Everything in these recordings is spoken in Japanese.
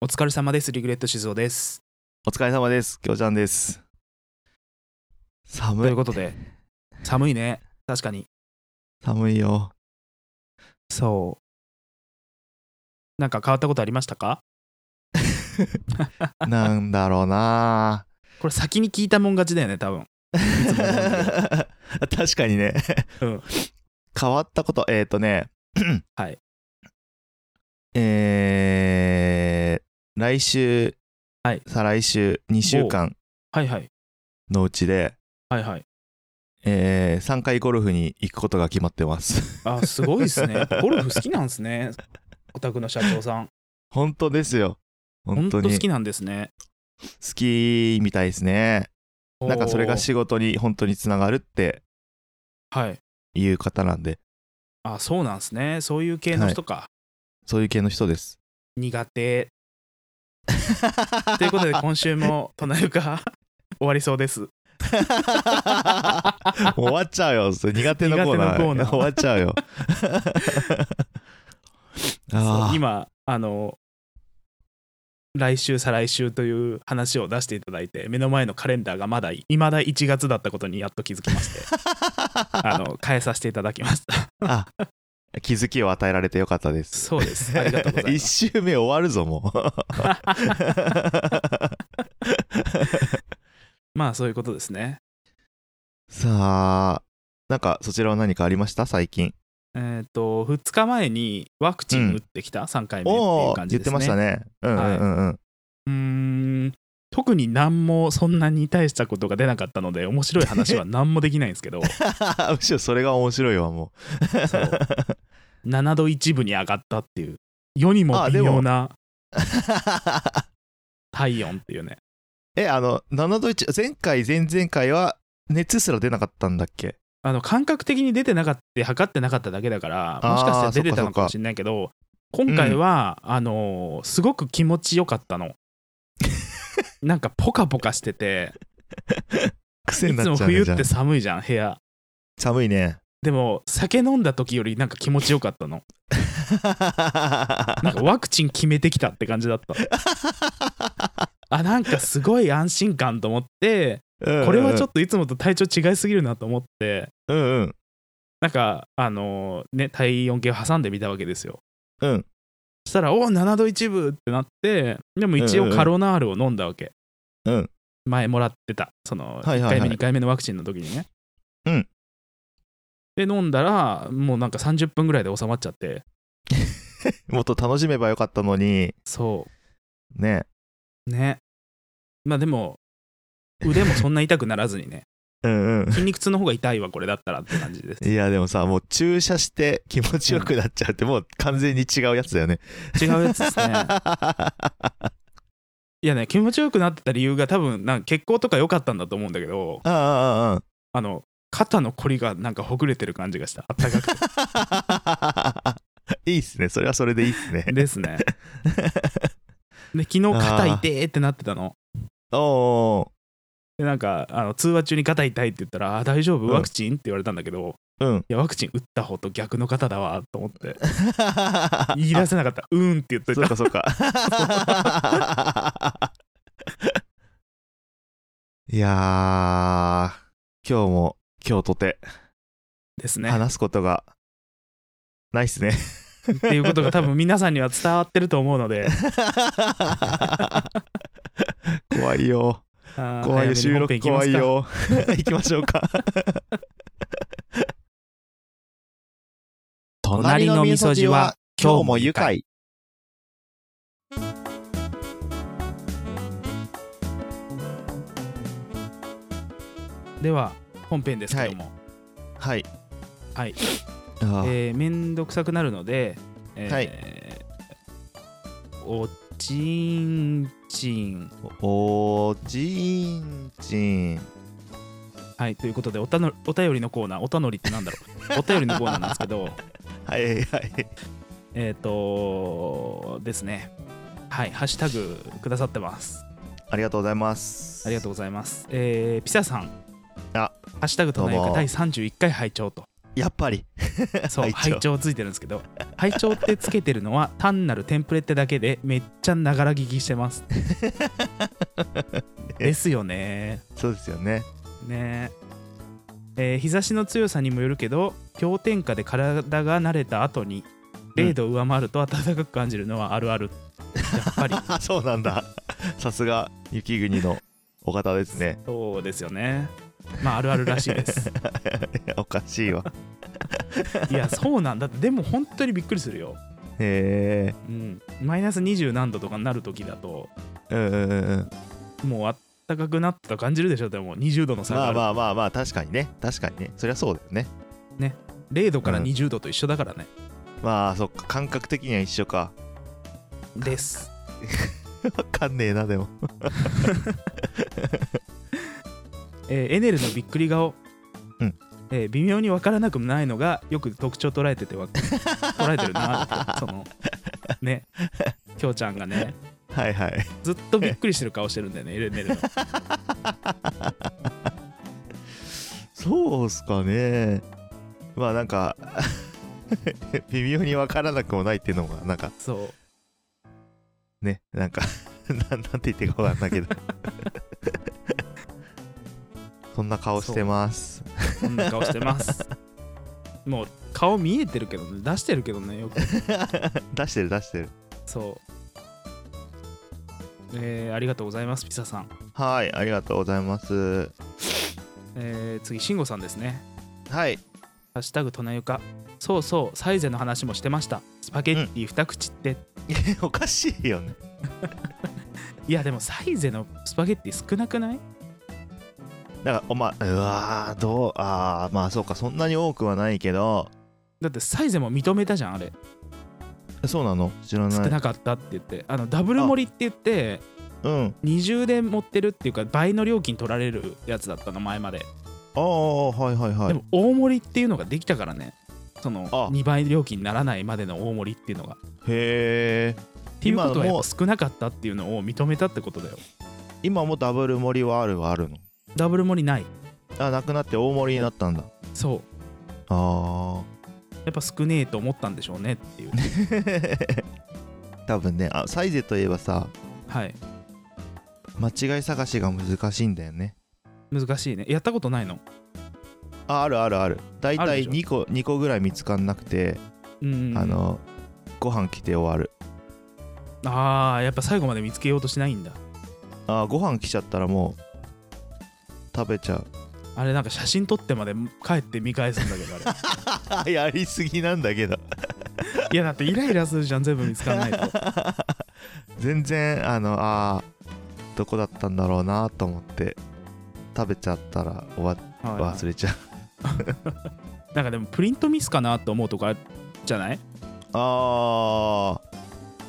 お疲れ様です。リグレット静雄です。お疲れ様です。きょうちゃんです。と寒いうい、ことで、寒いね。確かに。 寒 いよ。そう。なんか変わったことありましたかなんだろうなこれ先に聞いたもん勝ちだよね、多分。つも思うんだ 確かにね、うん変わったこと、えっ、ー、とね、はい。えー、来週、はい再来週、2週間はいはい。のうちで、はいはい。えー、3回ゴルフに行くことが決まってます。 あ、すごいですね。ゴルフ好きなんですね。お宅の社長さん。本当ですよ。本本当当好にきなんですね。好きみたいですね。なんかそれがおー仕事に本当につながるってはい。いう方なんで、あ、そうなんですね。そういう系の人か。そういう系の 人です。苦手。ということ で、今週も隣か終わりそう です。もう終わっちゃうよ。それ苦手のコーナー。苦手のコーナー終わっちゃうよ。あそうあ、今あの来週再来週という話を出していただいて目の前のカレンダーがまだいまだ1月だったことにやっと気づきまして あの変えさせていただきました あ気づきを与えられてよかったです。そうですありがとうございま 一す周目終わる ぞ、もまあそういうことですねう。さあ、なんかそちらは何かありました最近。えっ、と2日前にワクチン打ってきた、3回目っていおうお、感じ言っでてすねましたね。うんうんうんうん。うーん特に何もそんなに大したことが出なかったので面白い話は何もできないんですけど むしろそれが面白いわ、もう。 そう7度1分に上がったっていう世にも微妙な体温っていうねえ、あの、7度1、前回、前々回は熱すら出なかったんだっけあの感覚的に出てなかった測ってなかっただけだからもしかしたら出てたのかもしれないけど今回は、あのーすごく気持ちよかった のなんかポカポカしてて癖いになつっもちゃうね冬っじゃあて寒いじゃん部屋寒 いね。 でも酒飲んだ時よりなんか気持ちよかったのなんかワクチン決めてきたって感じだった あなんかすごい安心感と思ってこれはちょっっといつもと体調違いすぎるなと思ってと。うんうん。なんかあのーね体温計を挟んでみたわけですようん。そしたら「お7度1分!」ってなってでも一う応んうんうんカロナールを飲んだわけ、うん前もらってたその1はいはい回目、はい2回目のワクチンの時にねうんで飲んだらもうなんか30分ぐらいで収まっちゃってもっと楽しめばよかったのに、そね。うねまあでも腕もそんな痛くならずに ねうんうん。筋肉痛の方が痛いわこれだったらって感じですいや、でもさ、もう注射して気持ちよくなっちゃうって、もう完全に違うやつだよね。違うやつです ねいやね気持ちよくなってた理由が多分なんか血行とか良かったんだと思うんだけどあああああああの肩のこりがなんかほぐれてる感じがしたあったかくて いいっすね。それはそれでいいっすね。です ね。で昨日肩痛えってなってたの。おおでなんかあの通話中に肩痛いって言ったら「あ大丈夫うんワクチン?」って言われたんだけどー。うん「。いやワクチン打った方と逆の肩だわ」と思 って言いい出せなかった「うーん」って言っといそうたかそ うか。いやー、今日も今日とてですね。話すことがないっす ね。っていうことが多分皆さんには伝わってると思うの で怖いよ。あー怖早めいよ。に収本録編行きま怖すいかよ。 行きましょうか。 隣の味噌汁は今日も愉快。では本編ですけども、はい。はいあー。えー、めんどくさくなるので、えーはいおちんちんおじんちん。はいということでおたのお便りのコーナーおたのりってなんだろ うお便りのコーナーなんですけどはいはい。えっ、とですねはいハッシュタグくださってますありがとうございます。ありがとう。うございます、えーピサさんあハッシュタグとなりどうかも第31回拝聴とやっぱり。そう拝聴拝聴ついてるんですけど拝聴ってつけてるのは単なるテンプレってだけでめっちゃながら聞きしてます ですよねそうですよね。ねええー日差しの強さにもよるけど氷点下で体が慣れた後にうん0度上回ると暖かく感じるのはあるある、やっぱ りあ、そうな んだ。さすが、雪国のお方ですね。そうですよねまああるあるらしいです おか しいわ。いやそうなんだってでも本当にびっくりするよ、へうん、マイナス20何度とかになる時だとえ。うんうんうんうん。もう暖かくなったと感じるでしょでも20度の差がまあある、まあまあまあ、確かにね。確かにね。そりゃそうだよね。 0度からうん20度と一緒だからね、まあ、そっか。感覚的には一緒か。ですわかんねえな、でも。 えーエネルのびっくり顔、うんえー微妙に分からなくもないのがよく特徴捉えててわ 捉えてるなってそのねきょうちゃんがねはいはい。ずっとびっくりしてる顔してるんだよねエネルのそうっすかね。まあなんか 微妙にわからなくもないっていうのがなんかそうねなんか なんなんて言っていいかわかんないけど そんな顔してますこんな顔してますもう顔見えてるけどね出してるけどねよく 出してる出してるそうえーありがとうございますピサさん、はいありがとうございますえー次慎吾さんですねはい ハッシュタグトナユカそうそうサイゼの話もしてましたスパゲッティ二口って、おかしいよねいやでもサイゼのスパゲッティ少なくないだからおまうわーどうあーまあそうかそんなに多くはないけどだってサイゼも認めたじゃんあれそうなの知ら少ないなかったって言ってあのダブル盛りって言ってうん二重で持ってるっていうか倍の料金取られるやつだったの前まで、ああはいはいはでいも大盛りっていうのができたからねそのあ2倍料金にならないまでの大盛りっていうのがへえっていうことは今やっもぱ少なかったっていうのを認めたってことだよ今もダブル盛りはあるはあるのダブル盛りないあなくなって大盛りになったんだそうあやっぱ少ねえと思ったんでしょうねっていう ー多分ねあサイゼといえばさはい間違い探しが難しいんだよね難しいねやったことないのああるあるある大あるで体しょ2個2個ぐらい見つかんなくて、うんうんうんあのご飯来て終わるあーやっぱ最後まで見つけようとしないんだあーご飯来ちゃったらもう食べちゃあれなんか写真撮ってまで帰って見返すんだけどあうやりすぎなんだけど れいやだってイライラするじゃん全部見つかんないと全然あのあーどこだったんだろうなと思って食べちゃったら終わは忘れちゃうい、なんかでもプリントミスかなと思うとかじゃないあー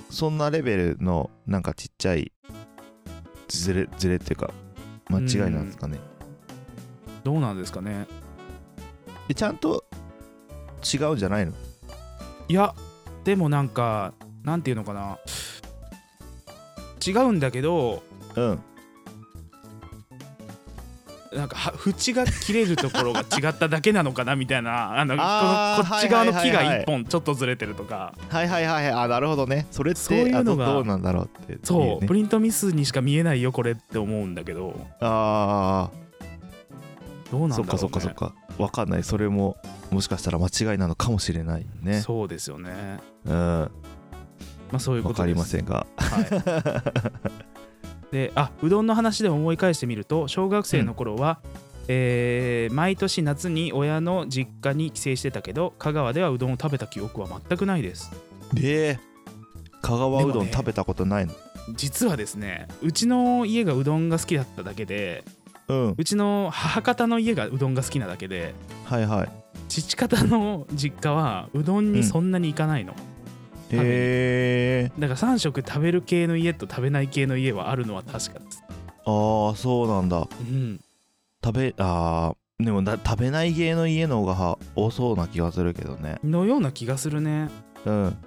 そんなレベルのなんかちっちゃいズレズレっていうか間違いなんですかねどうなんですかねえちゃんと違うんじゃないのいやでもなんかなんていうのかな違うんだけどうんなんかは縁が切れるところが違っただけなのかなみたいなあのあこーのこっち側の木はいはいはいはがい一本ちょっとずれてるとかはいはいはいはいあなるほどねそれってそういうのがあどどうなんだろうってそう、ねプリントミスにしか見えないよこれって思うんだけどあどうなんだろう、ね、あそっかそっかそっかわかんないそれももしかしたら間違いなのかもしれないねそうですよね。うんわまあそういうことです。かりません。んがはい、で、あうどんの話で思い返してみると、小学生の頃は、えー毎年夏に親の実家に帰省してたけど、香川ではうどんを食べた記憶は全くないです。えー、香川うでもどんね食べたことないの、実はですね、うちの家がうどんが好きだっただけで、うんうちの母方の家がうどんが好きなだけで、はいはい父方の実家はうどんにそんなに行かないの。べにへえだから3食食べる系の家と食べない系の家はあるのは確かです。ああそうなんだうん食べあーでもだ食べない芸の家の方がは多そうな気がするけどねのような気がするねうん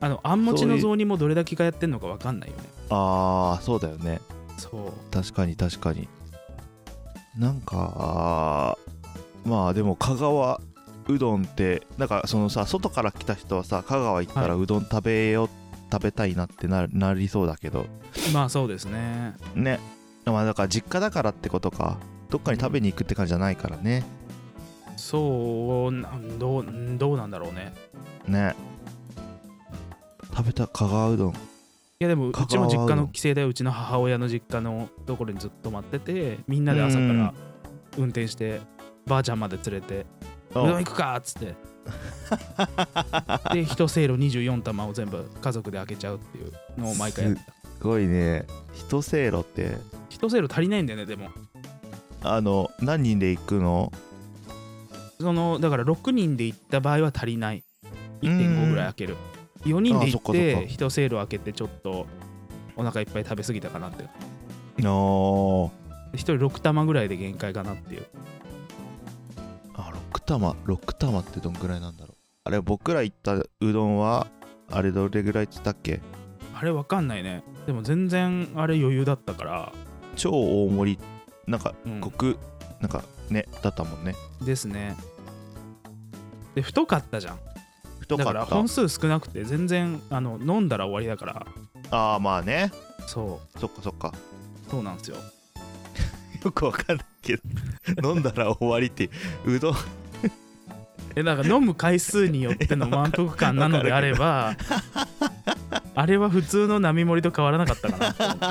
あのあんもちのそう雑煮もどれだけがやってんのかわかんないよねあーそうだよねそう確かに確かになんかあーまあでも香川うどんってなんかそのさ外から来た人はさ香川行ったらうどん食べよう、食べたいなってななりそうだけどまあそうですねねまあだから実家だからってことかどっかに食べに行くって感じじゃないからねそうなんどうどうなんだろうねね食べた香川うどんいやでもう香ちも川実家うのどん帰省でうちの母親の実家のところにずっと待っててみんなで朝かうらん運転してばあちゃんまで連れてうどん行くかっつってで一せいろ24玉を全部家族で開けちゃうっていうのを毎回やってたすごいね一せいろって一せいろ足りないんだよねでもあの何人で行くのそのだから6人で行った場合は足りない1.5ぐらい開ける4人であそっか行っそってか一せいろ開けてちょっとお腹いっぱい食べ過ぎたかなっての1人6玉ぐらいで限界かなっていうあ6玉6玉ってどんぐらいなんだろうあれ僕ら行ったうどんはあれどれぐらいっつったっけあれわかんないねでも全然あれ余裕だったから、超大盛りなんかうん極、なんかねだったもんねですねで太かったじゃん太かだっからた本数少なくて全然あの飲んだら終わりだからああまあねそそっかそっかうそうなんですよよくわかんないけど飲んだら終わりってうどんえだから飲む回数によっての満腹感なのであればあれは普通の並盛りと変わらなかったかなって思 ってだか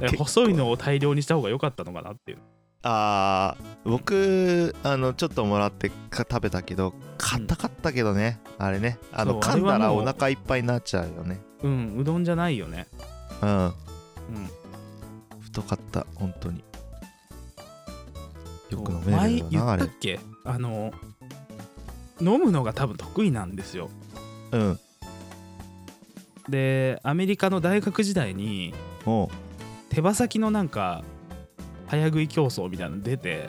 あら細いのを大量にした方が良かったのかなっていうあー僕あのちょっともらってか食べたけど硬かったけどね、あれねあそのう噛んだあれはらもうお腹いっぱいになっちゃうよねうんうどんじゃないよねうんうん太かった本当によく飲そうめるよ前言なあっれたっけあの飲むのが多分得意なんですようんでアメリカの大学時代におう手羽先のなんか早食い競争みたいなの出て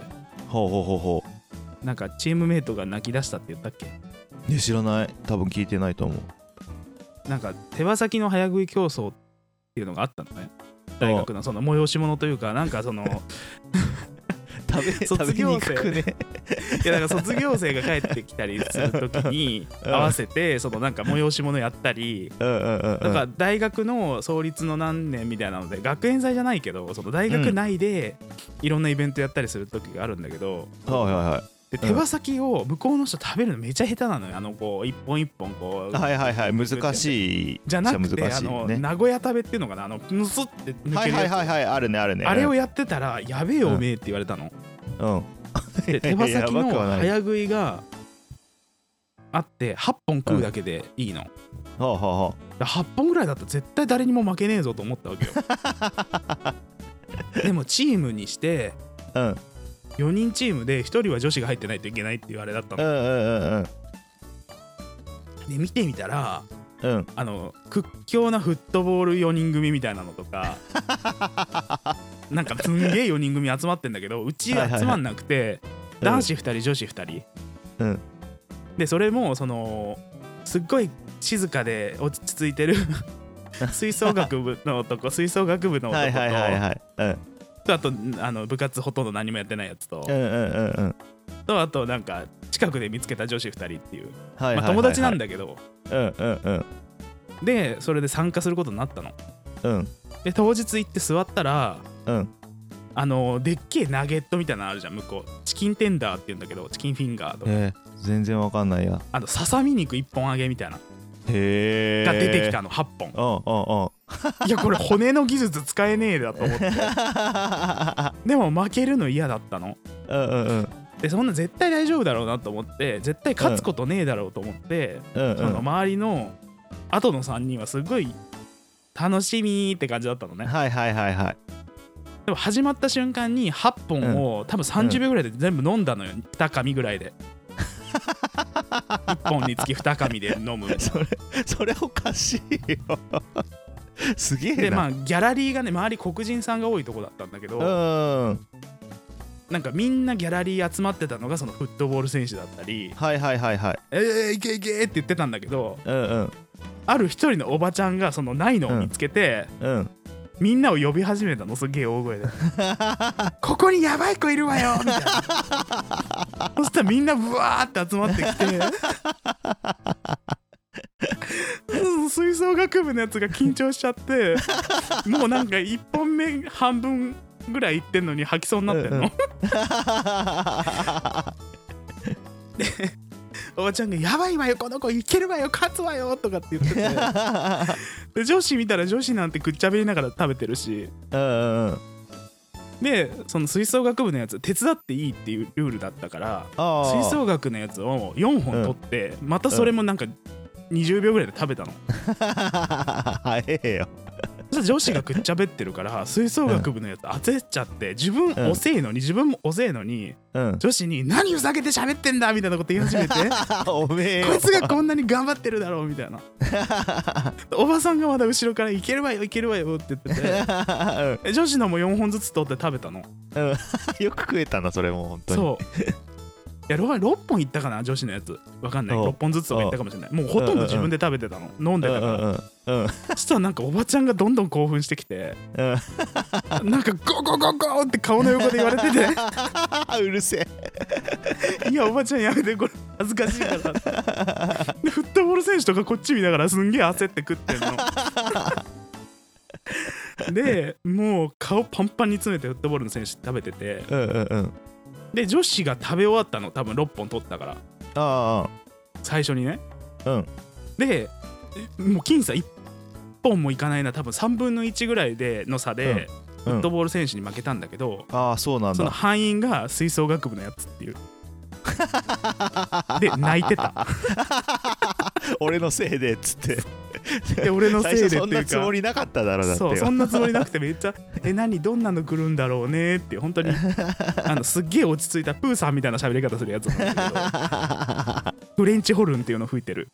ほうほうほうほなんかチームメイトが泣き出したって言ったっけうね知らない多分聞いてないと思うなんか手羽先の早食い競争っていうのがあったのね大学のその催し物というかなんかそ のい食 べ卒業生食べにくくねやなんか卒業生が帰ってきたりする時 に合わせてそのなんか催し物やったりうんうんうんうんなんか大学の創立の何年みたいなので学園祭じゃないけどその大学内でいろんなイベントやったりする時があるんだけど、はいはいはいで手羽先を向こうの人食べるのめちゃ下手なのよあのこう一本一本こうはいはいはい難いしいじゃなくて、難あしいのね名古屋食べっていうのかなあのぬすって抜けるやつ、はいはいはいはいあるねあるねあれをややってたらやべえようんおめえって言われたの、うんで手羽先やばのく はない早食いがあって8本食うだけでいいの、はあはあは8本ぐらいだったら絶対誰にも負けねえぞと思ったわけよ でもチームにしてあうん4人チームで1人は女子が入ってないといけないっていうあれだったうのんうんうんうんで見てみたらうんあの屈強なフットボール4人組みたいなのと かなんかすんげえ4人組集まってんだけどうち集まんなくて男子2人女子2人うんでそれもそのすっごい静かで落ち着い てる吹奏楽部の男吹奏楽部のは男いはいはいとはいうんあとあの部活ほとんど何もやってないやつとうんうんうんうんとあとなんか近くで見つけた女子2人っていうはいはいはいはいまあ友達なんだけどうんうんうんでそれで参加することになったの。うんで当日行って座ったらうんあのでっけえナゲットみたいなのあるじゃん向こうチキンテンダーって言うんだけどチキンフィンガーとかえー全然わかんないやあとささみ肉一本揚げみたいなへえが出てきたの8本うんうんうんいやこれ骨の技術使えねえだと思って でも負けるの嫌だったのうんうんうんでそんな絶対大丈夫だろうなと思って絶対勝つことねえだろうと思って、うんうそのん周りの後の3人はすごい楽しみーって感じだったのねはいはいはいはいでも始まった瞬間に8本を、多分30秒ぐらいで全部飲んだのよ2紙ぐらいで1本につき2紙で飲むみたいなそれそれおかしいよすげえでまなあギャラリーがね周り黒人さんが多いとこだったんだけど、うんなんかみんなギャラリー集まってたのがそのフットボール選手だったりはいはいはいはい「えー、いけいけ!」って言ってたんだけど うんうんある一人のおばちゃんがそのないのを見つけて、うんみんなを呼び始めたのすげえ大声でここにやばい子いるわよみたいなそしたらみんなブワーって集まってきてうん吹奏楽部のやつが緊張しちゃってもうなんか1本目半分ぐらいいってんのに吐きそうになってんの、うんうんおばちゃんが「やばいわよこの子いけるわよ勝つわよ」とかって言っててで女子見たら女子なんてぐっちゃべりながら食べてるしうんうんでその吹奏楽部のやつ手伝っていいっていうルールだったからあ吹奏楽のやつを4本取って、またそれもなんか20秒ぐらいで食べたの、あ 早えよそしたら女子がぐっちゃべってるから吹奏楽部のやつ焦っちゃって自分うん遅えのに自分も遅えのに うん女子に「何ふざけて喋ってんだ」みたいなこと言い始めておめえよこいつがこんなに頑張ってるだろうみたいなおばさんがまだ後ろから「いけるわよいけるわよ」って言っててで女子のも4本ずつ取って食べたのうんうんよく食えたなそれも本当にそういや6本いったかな女子のやつわかんないうん6本ずつとかいったかもしれないもうほとんど自分で食べてたの飲んでうんたうかんらうんうんそしたらなんかおばちゃんがどんどん興奮してきてうんなんかゴゴゴゴって顔の横で言われて てうるせえいやおばちゃんやめてこれ恥ずかしいからでフットボール選手とかこっち見ながらすんげえ焦って食ってんのでもう顔パンパンに詰めてフットボールの選手食べててうんうんうんで女子が食べ終わったの多分6本取ったからあ最初にねあうんでえもう僅差1本もいかないな多分3分の1ぐらいでの差で、うんうフットんボール選手に負けたんだけど、ああそうなんそのだ敗因が吹奏楽部のやつっていうで泣いてた俺のせいでっつってで俺のせ最いでっ初ていうかそんなつもりなかっただろだってそうそんなつもりなくてめっちゃ「え何どんなの来るんだろうね」って本当にあのすっげえ落ち着いたプーさんみたいな喋り方するやつなんだ けどフレンチホルンっていうの吹いてる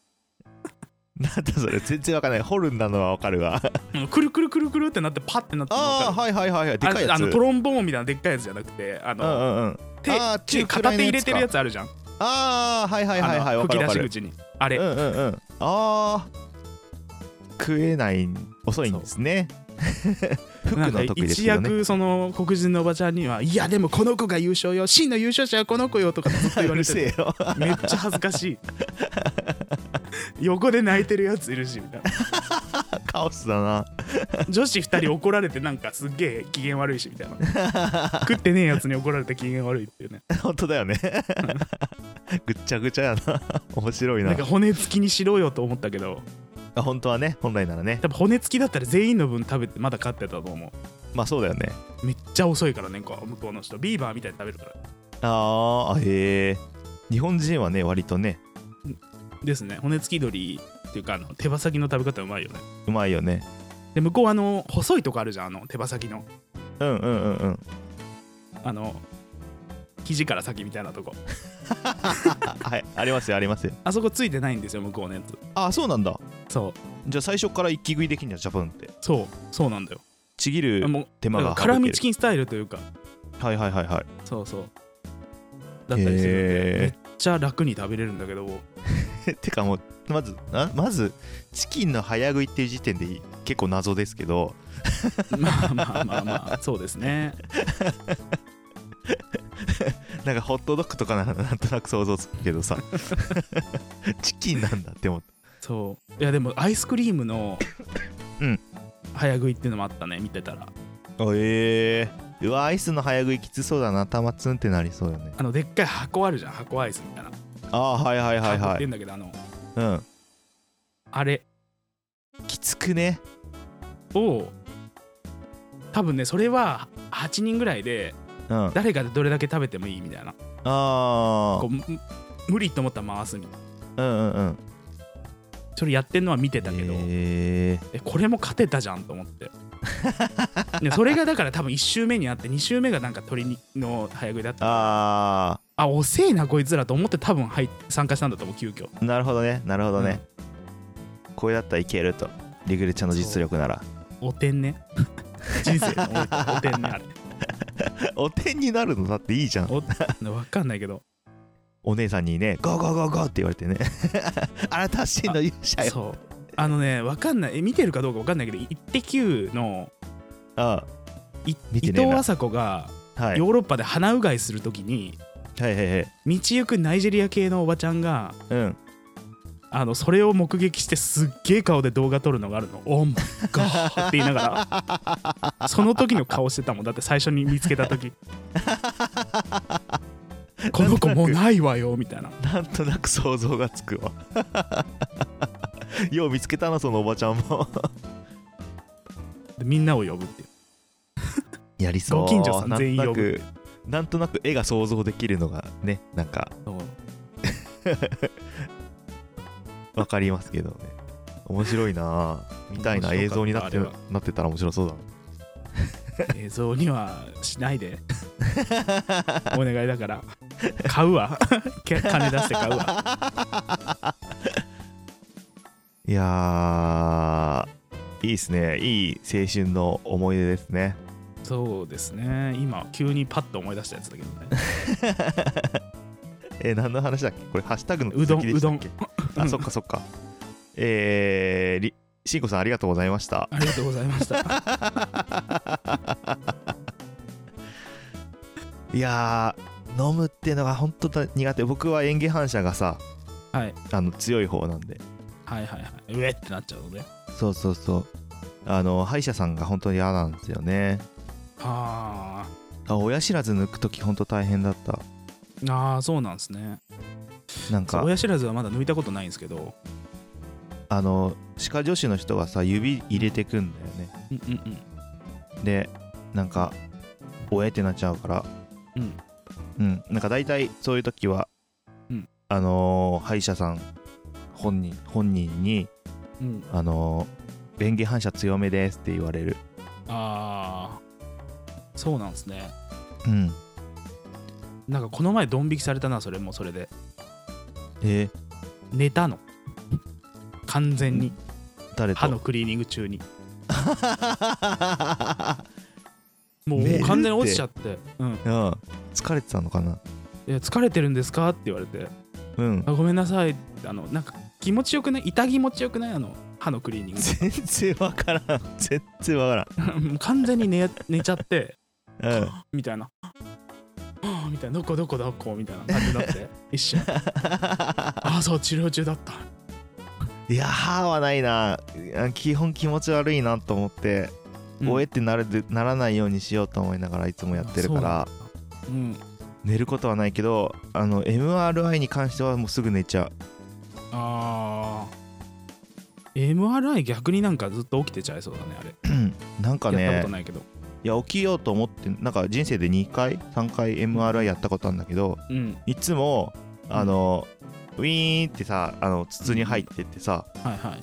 なんだそれ全然わかんないホルンなのはわかるわあのくるくるくるくるってなってパッてなってるのわかあるあはいはいはいはいでかいやつあのあのトロンボーンみたいなでっかいやつじゃなくてあうの、んうんうん手あー手中く片ら手い入のやつかれてるやつあるじゃん、ああはいはいはいはいあのわか吹るきわ出かしる口にあれ、うんうんうんああ食えない遅いんですね 服なんかの得意です一けどね躍その黒人のおばちゃんには「いやでもこの子が優勝よ真の優勝者はこの子よ」とかずっと言うわるれてせ てえよめっちゃ恥ずかしい横で泣いてるやついるしみたいなカオスだな女子2人怒られてなんかすっげえ機嫌悪いしみたいな食ってねえやつに怒られて機嫌悪いっていう ね本当だよねぐっちゃぐちゃやな面白いななんか骨付きにしろよと思ったけどあ本当はね本来ならね多分骨付きだったら全員の分食べてまだ勝ってたと思まあそうだよねうめっちゃ遅いからねこう向こうの人ビーバーみたいに食べるからあーあへえ日本人はね割とねですね骨付き鳥っていうかあの手羽先の食べ方うまいよねうまいよねで向こうあの細いとこあるじゃんあの手羽先のうんうんうん うんあの肘から先みたいなとこあはいありますよありますよあそこついてないんですよ向こうのやつあそうなんだそうじゃあ最初から一気食いできんじゃんジャパンってそうそうなんだよちぎるもう手間が省ける辛味チキンスタイルというかはいはいはいはいそうそうだったりするんでへーめっちゃ楽に食べれるんだけど てかもうまずなまずチキンの早食いっていう時点で結構謎ですけどまあまあまあまあそうですねなんかホットドッグとかならなんとなく想像つくけ どさチキンなんだって思ったそういやでもアイスクリームのうん早食いっていうのもあったね見てたらええうわアイスの早食いきつそうだな頭ツンってなりそうよねあのでっかい箱あるじゃん箱アイスみたいなああはいはいはい箱っはて言いうんだけどあのうんあれきつくねを多分ねそれは8人ぐらいでうんあ誰がどれだけ食べてもいいみたいなあこうむ無理と思ったら回すみたいなうんうんうんそれやってんのは見てたけど、えええこれも勝てたじゃんと思って でそれがだから多分1周目にあって2周目がなんか鶏の早食いだったああ遅えなこいつらと思って多分入っ参加したんだと思う急遽あなるほどねなるほどね、これだったらいけるとリグレちゃんの実力ならおてん ね人生のおおてんねあれお点になるのだっていいじゃんお分かんないけどお姉さんにね「ゴーゴーゴーゴー」って言われ てねあなた真の勇者よそうあのね分かんないえ見てるかどうか分かんないけど「イッテ Q!」のあい見て伊ねえ藤な麻子があはいヨーロッパで鼻うがいするときにはいはいはい道行くナイジェリア系のおばちゃんがうんあのそれを目撃してすっげえ顔で動画撮るのがあるの「オンガー」って言いながら その時の顔してたもんだって最初に見つけた時この子もうないわよみたいななんとなく想像がつく わよう見つけたなそのおばちゃんもでみんなを呼ぶっていう やりそうご近所さん全員なんとな呼くなんとなく絵が想像できるのがねなんか わかりますけどね面白いなぁみたいな面白かっ映た像になってあれはなってたら面白そうだな映像にはしないでお願いだから買うわ け金出して買うわ いやーいいですねいい青春の思い出ですねそうですね今急にパッと思い出したやつだけどねえー何の話だっけこれハッシュタグのうどん続きでしたっけうあそっかそっか えーりしんこさんありがとうございました ありがとうございましたいやー飲むっていうのが本当だ苦手僕は園芸反射がさ、はいあの強い方なんではいはいはいうえってなっちゃうのでそうそうそうあの歯医者さんが本当に嫌なんですよねああ親知らず抜く時本当大変だったーあーそうなんですねなんそうか親知らずはまだ抜いたことないんですけどあの歯科助手の人がさ指入れてくんだよねうんうんうんでなんか「おえ?」ってなっちゃうからうんうんなんか大体そういう時は、うんあのー歯医者さん本人本人にうん「あのー、便宜反射強めです」って言われるああそうなんですねうんなんかこの前ドン引きされたなそれもそれでえー寝たの完全に誰と歯のクリーニング中にもう寝るって完全に落ちちゃって「うん、 うん疲れてたのかないや疲れてるんですか?」って言われて うんあ「ごめんなさい」あのなんか気持ちよくない痛気持ちよくないあの歯のクリーニン全然わからん全然わグ もう完全に寝寝ちゃってからんうんみたいな「はあみたいな「どこどこどこ」みたいな感じになって 一瞬「ああそう治療中だった」いや歯はないな基本気持ち悪いなと思って、うんおえってなるでならないようにしようと思いながらいつもやってるからうん寝ることはないけどあの MRI に関してはもうすぐ寝ちゃうああ MRI 逆になんかずっと起きてちゃいそうだねあれなんかやったねことないけどいや起きようと思ってなんか人生で2回3回 MRI やったことあるんだけどうんいつもあの、ウィーンってさあの筒に入ってってさ、はいはい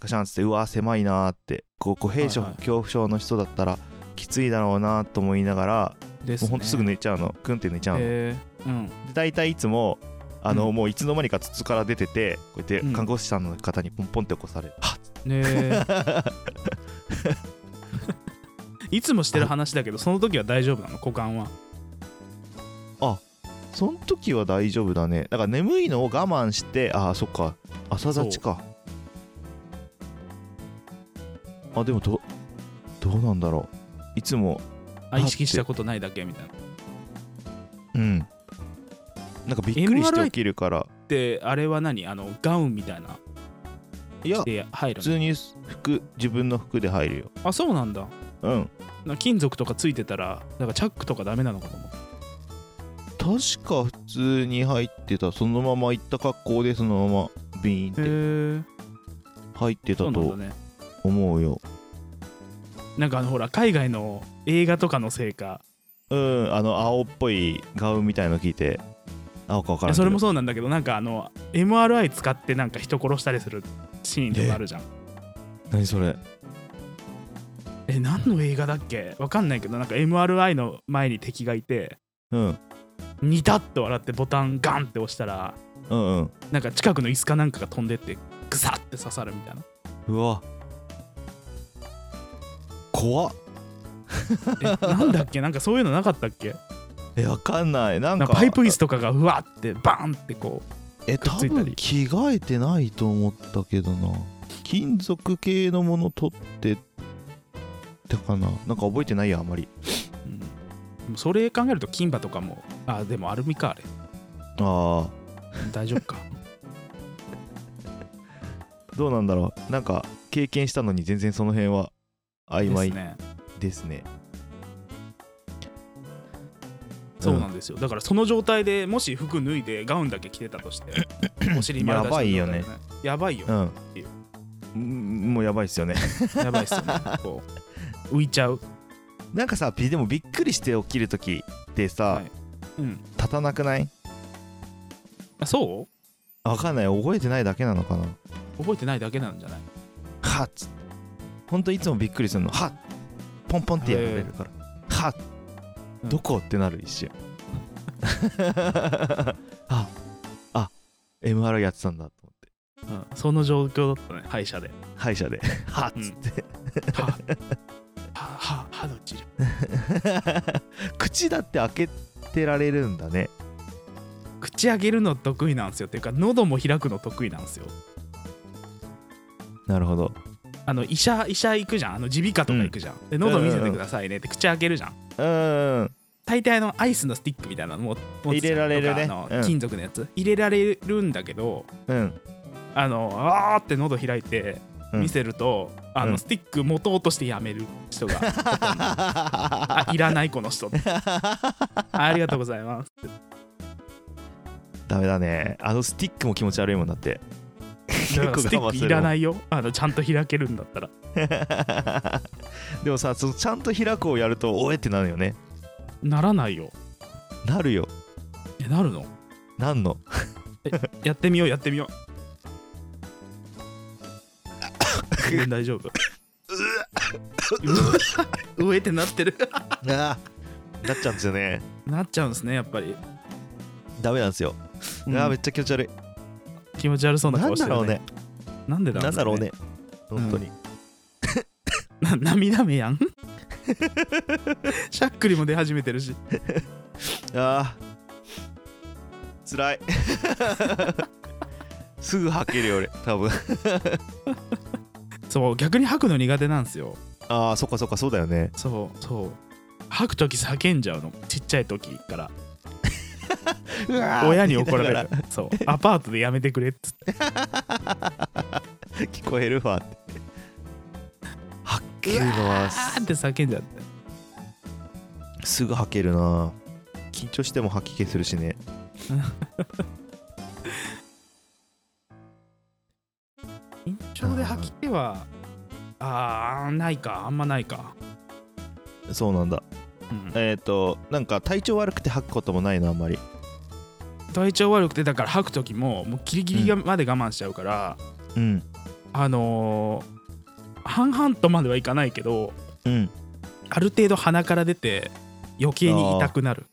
ガシャンっつってうわ狭いなーってこうこう閉所はいはい恐怖症の人だったらきついだろうなーと思いながらです、もね、うほんとすぐ寝ちゃうのクンって寝ちゃうの、えーうんで大体いつもあの、うんもういつの間にか筒から出ててこうやうってん看護師さんの方にポンポンって起こされる、はっねえ いつもしてる話だけどその時は大丈夫なの股間はその時は大丈夫だねだから眠いのを我慢してああそっか朝立ちかあでもどどうなんだろういつもあ意識したことないだけみたいなうんなんかびっくりして起きるからであれは何あのガウンみたいないやで入る普の通に服自分の服で入るよあそうなんだうんな金属とかついてたらなんかチャックとかダメなのかと思う確か普通に入ってたそのまま行った格好でそのままビーンってへえ入ってそたうなんだとね思うよなんかあのほら海外の映画とかのせいかうんあの青っぽいガウンみたいの聞いて青か分かいらやんそけれどもそうなんだけどなんかあの MRI 使ってなんか人殺したりするシーンとかあるじゃん何それえ何の映画だっけわかんないけどなんか MRI の前に敵がいてうんニタッと笑ってボタンガンって押したらうんうんなんか近くの椅子かなんかが飛んでってグサッて刺さるみたいなうわ怖っえなんだっけなんかそういうのなかったっけえわかんないなんなんかかパイプ椅子とかがうわってバーンってこえくっ多ついた分り着替えてないと思ったけどな金属系のもの取ってったかななんか覚えてないやあんまりうんでもそれ考えると金馬とかもあでもアルミかあれああ大丈夫 かどうなんだろうなんか経験したのに全然その辺は曖です昧ねですねそうなんですよ、だからその状態でもし服脱いでガウンだけ着てたとしてお尻丸出しの状態でねやばいよねやばいようんいいようんもうやばいっすよね やばいっすよね こう 浮いちゃうなんかさびでもびっくりして起きるときってさ、はいうん立たなくないあそわかんない覚えてないだけなのかなう覚えてないだけなんじゃないはっつほんといつもびっくりするのはっポンポンってやられるからはっうんどこってなる一 瞬ああ MR やってたんだと思ってうん、その状況だったね歯医者で歯医者ではっつって、 歯はは歯の治療口だって開けてられるんだね口上げるの得意なんですよっていうか喉も開くの得意なんですよなるほどあの医者医者行くじゃんあの耳鼻科とか行くじゃん、で喉見せてくださいねって口開けるじゃんうーん大体あのアイスのスティックみたいなのも持ってたりとか入れられるねあのうん金属のやつ入れられるんだけどうん あのあーって喉開いてうん見せると、あうのんスティック持とうとしてやめる人があいらないこの人ありがとうございますダメだねあのスティックも気持ち悪いもんだって結だから構我慢すスるティもッんクいらないよあのちゃんと開けるんだったらでもさそのちゃんと開くをやるとおえってなるよねならないよなるよえなるのなんのやってみようやってみよう全然大丈夫うわえってなってる なっちゃうんですよねなっちゃうんですねやっぱり、ダメなんですよ、うんあーめっちゃ気持ち悪い気持ち悪そうななん顔しだてろうるねねなんでなんだろうね本当に、な涙目やん しゃっくりも出始めてるしあーつ らいすぐ吐けるよ俺多分そう逆に吐くの苦手なんですよああそっかそっかそうだよねそうそう吐く時叫んじゃうのちっちゃい時から親に怒られるそうアパートでやめてくれっつって聞こえるわって吐けるのあはーって叫んじゃってすぐ吐けるな緊張しても吐き気するしね緊張で吐き気はあーないかあんまないか、そうなんだうんえっ、となんか体調悪くて吐くこともないのあんまり体調悪くてだから吐く時ももうギリギリがまで我慢しちゃうから、うんあのー半々とまではいかないけどうんある程度鼻から出て余計に痛くな る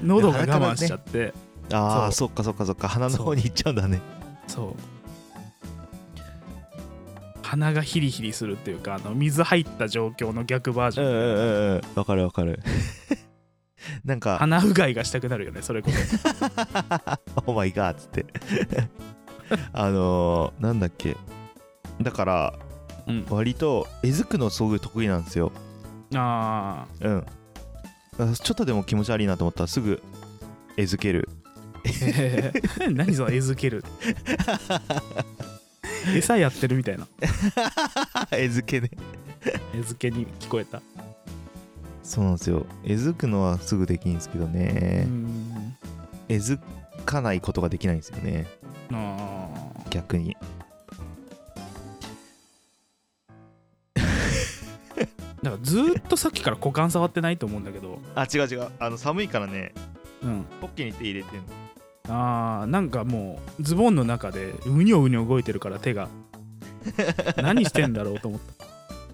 喉が我慢しちゃって、ああそそっかそっかそっか鼻の方に行っちゃうんだねそう鼻がヒリヒリするっていうかあの水入った状況の逆バージうんョン、うんうんうんわかるわかる なんか鼻うがいがしたくなるよねそれ こそ「オーマイガー」っつって あのー、なんだっけだから、うん割とえずくのすごい得意なんですよあうんあちょっとでも気持ち悪いなと思ったらすぐえずけ る ー何その餌付ける餌やってるみたいなあえずけね餌付けに聞こえたそうなんですよえずくのはすぐできんですけどうねんえずかないことができないんですよねあー逆にだからずーっとさっきから股間触ってないと思うんだけど、あ違う違うあの寒いからねうん、ポッケに手入れてんのあーなんかもうズボンの中でうにょうにょ動いてるから手 が何してんだろうと思っ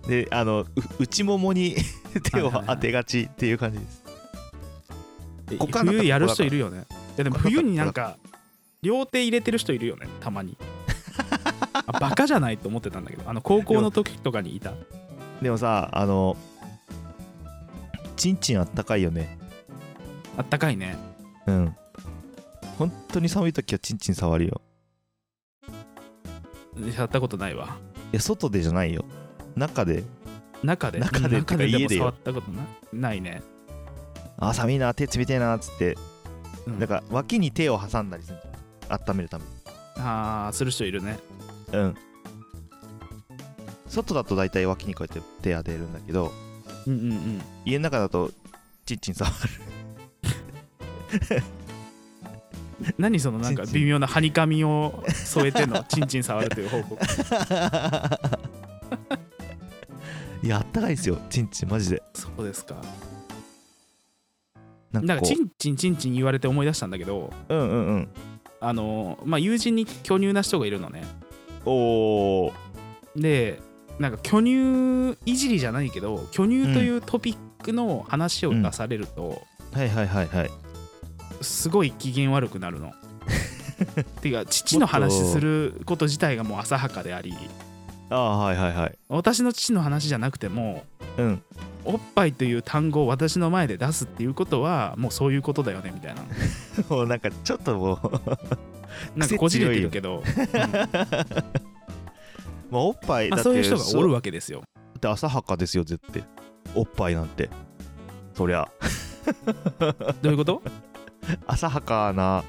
たであのう内ももに手をはいはいはい当てがちっていう感じですえ股間だから冬やる人いるよねいやでも股間だから冬になんか両手入れてる人いるよねたま にあバカじゃないと思ってたんだけどあの高校の時とかにいたでもさあのちんちんあったかいよねあったかいねうん本当に寒い時はちんちん触るよやったことないわいや外でじゃないよ中で中で中でってかうん中で家ででよも触ったことなないね、 「あ寒いな手冷てえな」っつってうんなんか脇に手を挟んだりするんじゃん温めるためにああする人いるねうん外だと大体脇にこうやって手当てるんだけどうんうんうん家の中だとちんちん触る何そのなんかチンチン微妙なはにかみを添えてのチンチン触るという報 告いやあったかいですよちんちんマジでそうですかなんなかんこかうチンチンチンチン言われて思い出したんだけどうんうんうんあのまあ友人に巨乳な人がいるのねおーでなんか巨乳いじりじゃないけど巨乳というトピックの話を出されると、はいはいはいはいすごい機嫌悪くなるの。 ていうか父の話すること自体がもう浅はかでありああはいはいはい私の父の話じゃなくてもうん おっぱいという単語を私の前で出すっていうことはもうそういうことだよねみたいなもうなんかちょっともう なんかこじれてるけど、うんまあおっぱいまあ、だってそういう人がおるわわけですよ。って浅はかですよ絶対おっぱいなんてそりゃ どういうこと浅はかな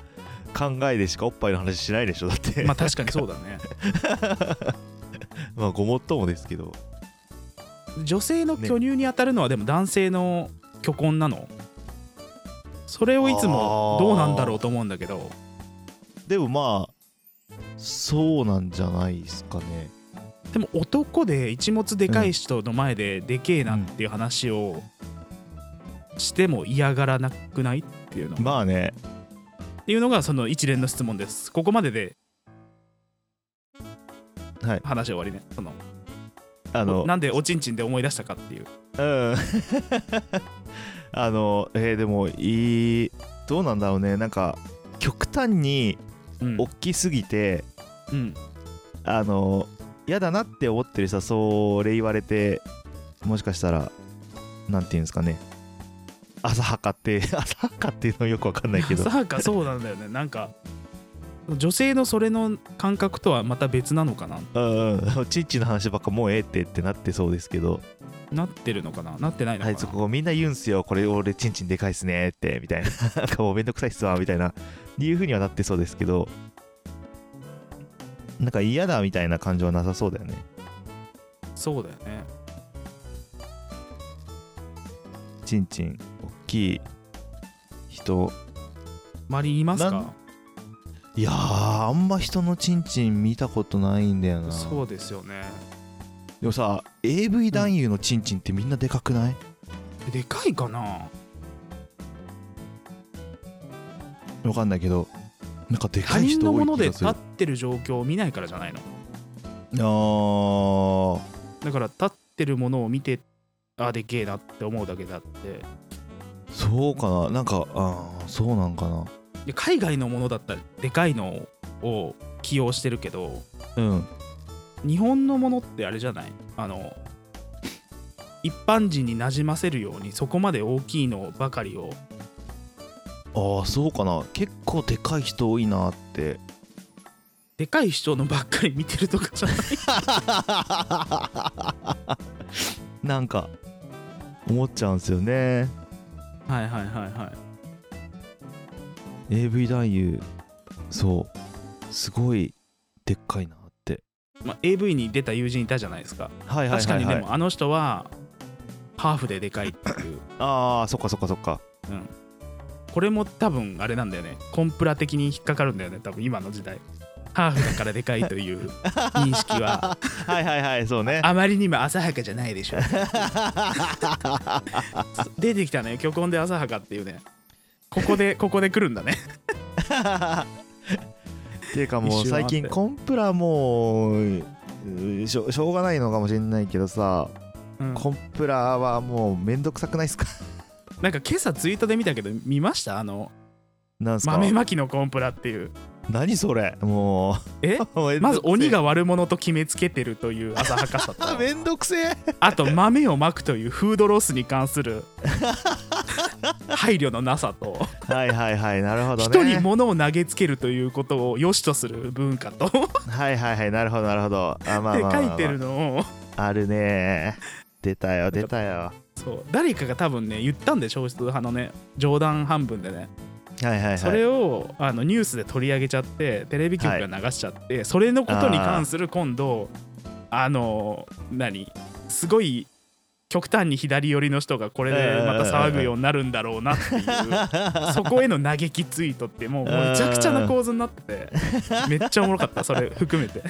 考えでしかおっぱいの話しないでしょだってまあ確かにそうだね。 まあごもっともですけど女性の巨乳に当たるのはでも男性の巨根なのそれをいつもどうなんだろうと思うんだけどでもまあそうなんじゃないですかねでも男で一物でかい人の前ででけえなっていう話をしても嫌がらなくないっていうの、まあねっていうのがその一連の質問ですここまでではい話終わりねそのあのなんでおちんちんで思い出したかっていううん あのえーでもいいどうなんだろうねなんか極端にうん大きすぎて、うんあの嫌だなって思ってる人はそれ言われてもしかしたらなんていうんですかね浅はかって 浅はかっていうのよくわかんないけどさあかそうなんだよねなんか女性のそれの感覚とはまた別なのかなうんうん、ちんちんの話ばっかもうええってってなってそうですけど、なってるのかななってないのあかいな、つここみんな言うんすよ、これ俺ちんちんでかいっすねって、みたいな、 なんかもうめんどくさいっすわ、みたいな、いうふうにはなってそうですけど、なんか嫌だみたいな感情はなさそうだよね。そうだよねちんちん、大きい人。周りにいますなかんいやー、あんま人のちんちん見たことないんだよな。そうですよねでもさ、AV 男優のちんちんってみんなでかくない、でかいかなわかんないけど、なんかでか他い人人の多もいので気がす立る。ってる状況を見ないからじゃないのあー。だから立ってるものを見てあでけえなって思うだけだっていそうかななんかあーそうなんかなや海外のものだったらでかいのを起用してるけどうん日本のものってあれじゃないあの一般人になじませるようにそこまで大きいのばかりをああそうかな結構でかい人多いなってでかい人のばっかり見てるとかじゃないなんか思っちゃうんですよね はいはいはいはい AV 男優そうすごいでっかいなってまあ、AV に出た友人いたじゃないですか、はいはいはい、はい、確かにでもあの人はハーフででかいって いうああそっかそっかそっかこれも多分あれなんだよねコンプラ的に引っかかるんだよね多分今の時代ハーフだからでかいという認識ははいはいはいそうね あまりにも浅はかじゃないでしょ 出てきたね虚根で浅はかっていうねここ でここで来るんだねっていうかもう一瞬あって最近コンプラもううしょしょうがないのかもしれないけどさ、うんコンプラはもうめんどくさくないっすか なんか今朝ツイートで見たけど見ましたあのなんすか豆まきのコンプラっていう何それも えうめんどくせえまず鬼が悪者と決めつけてるという浅はかさとあ めんどくせえあと豆をまくというフードロスに関す る配慮のなさとはいはいはいなるほどね人に物を投げつけるということを良しとする文化とってはいはいはいなるほどなるほどあまあまあまあまあ書いてるのをあるね出たよんか出たよそう誰かが多分ね言ったんで少数派のね冗談半分でねはいはいはいそれをあのニュースで取り上げちゃってテレビ局が流しちゃって、それのことに関する今度あの何すごい極端に左寄りの人がこれでまた騒ぐようになるんだろうな っていうそこへの嘆きツイートってもうもうめちゃくちゃな構図になって てめっちゃおもろかったそれ含めて、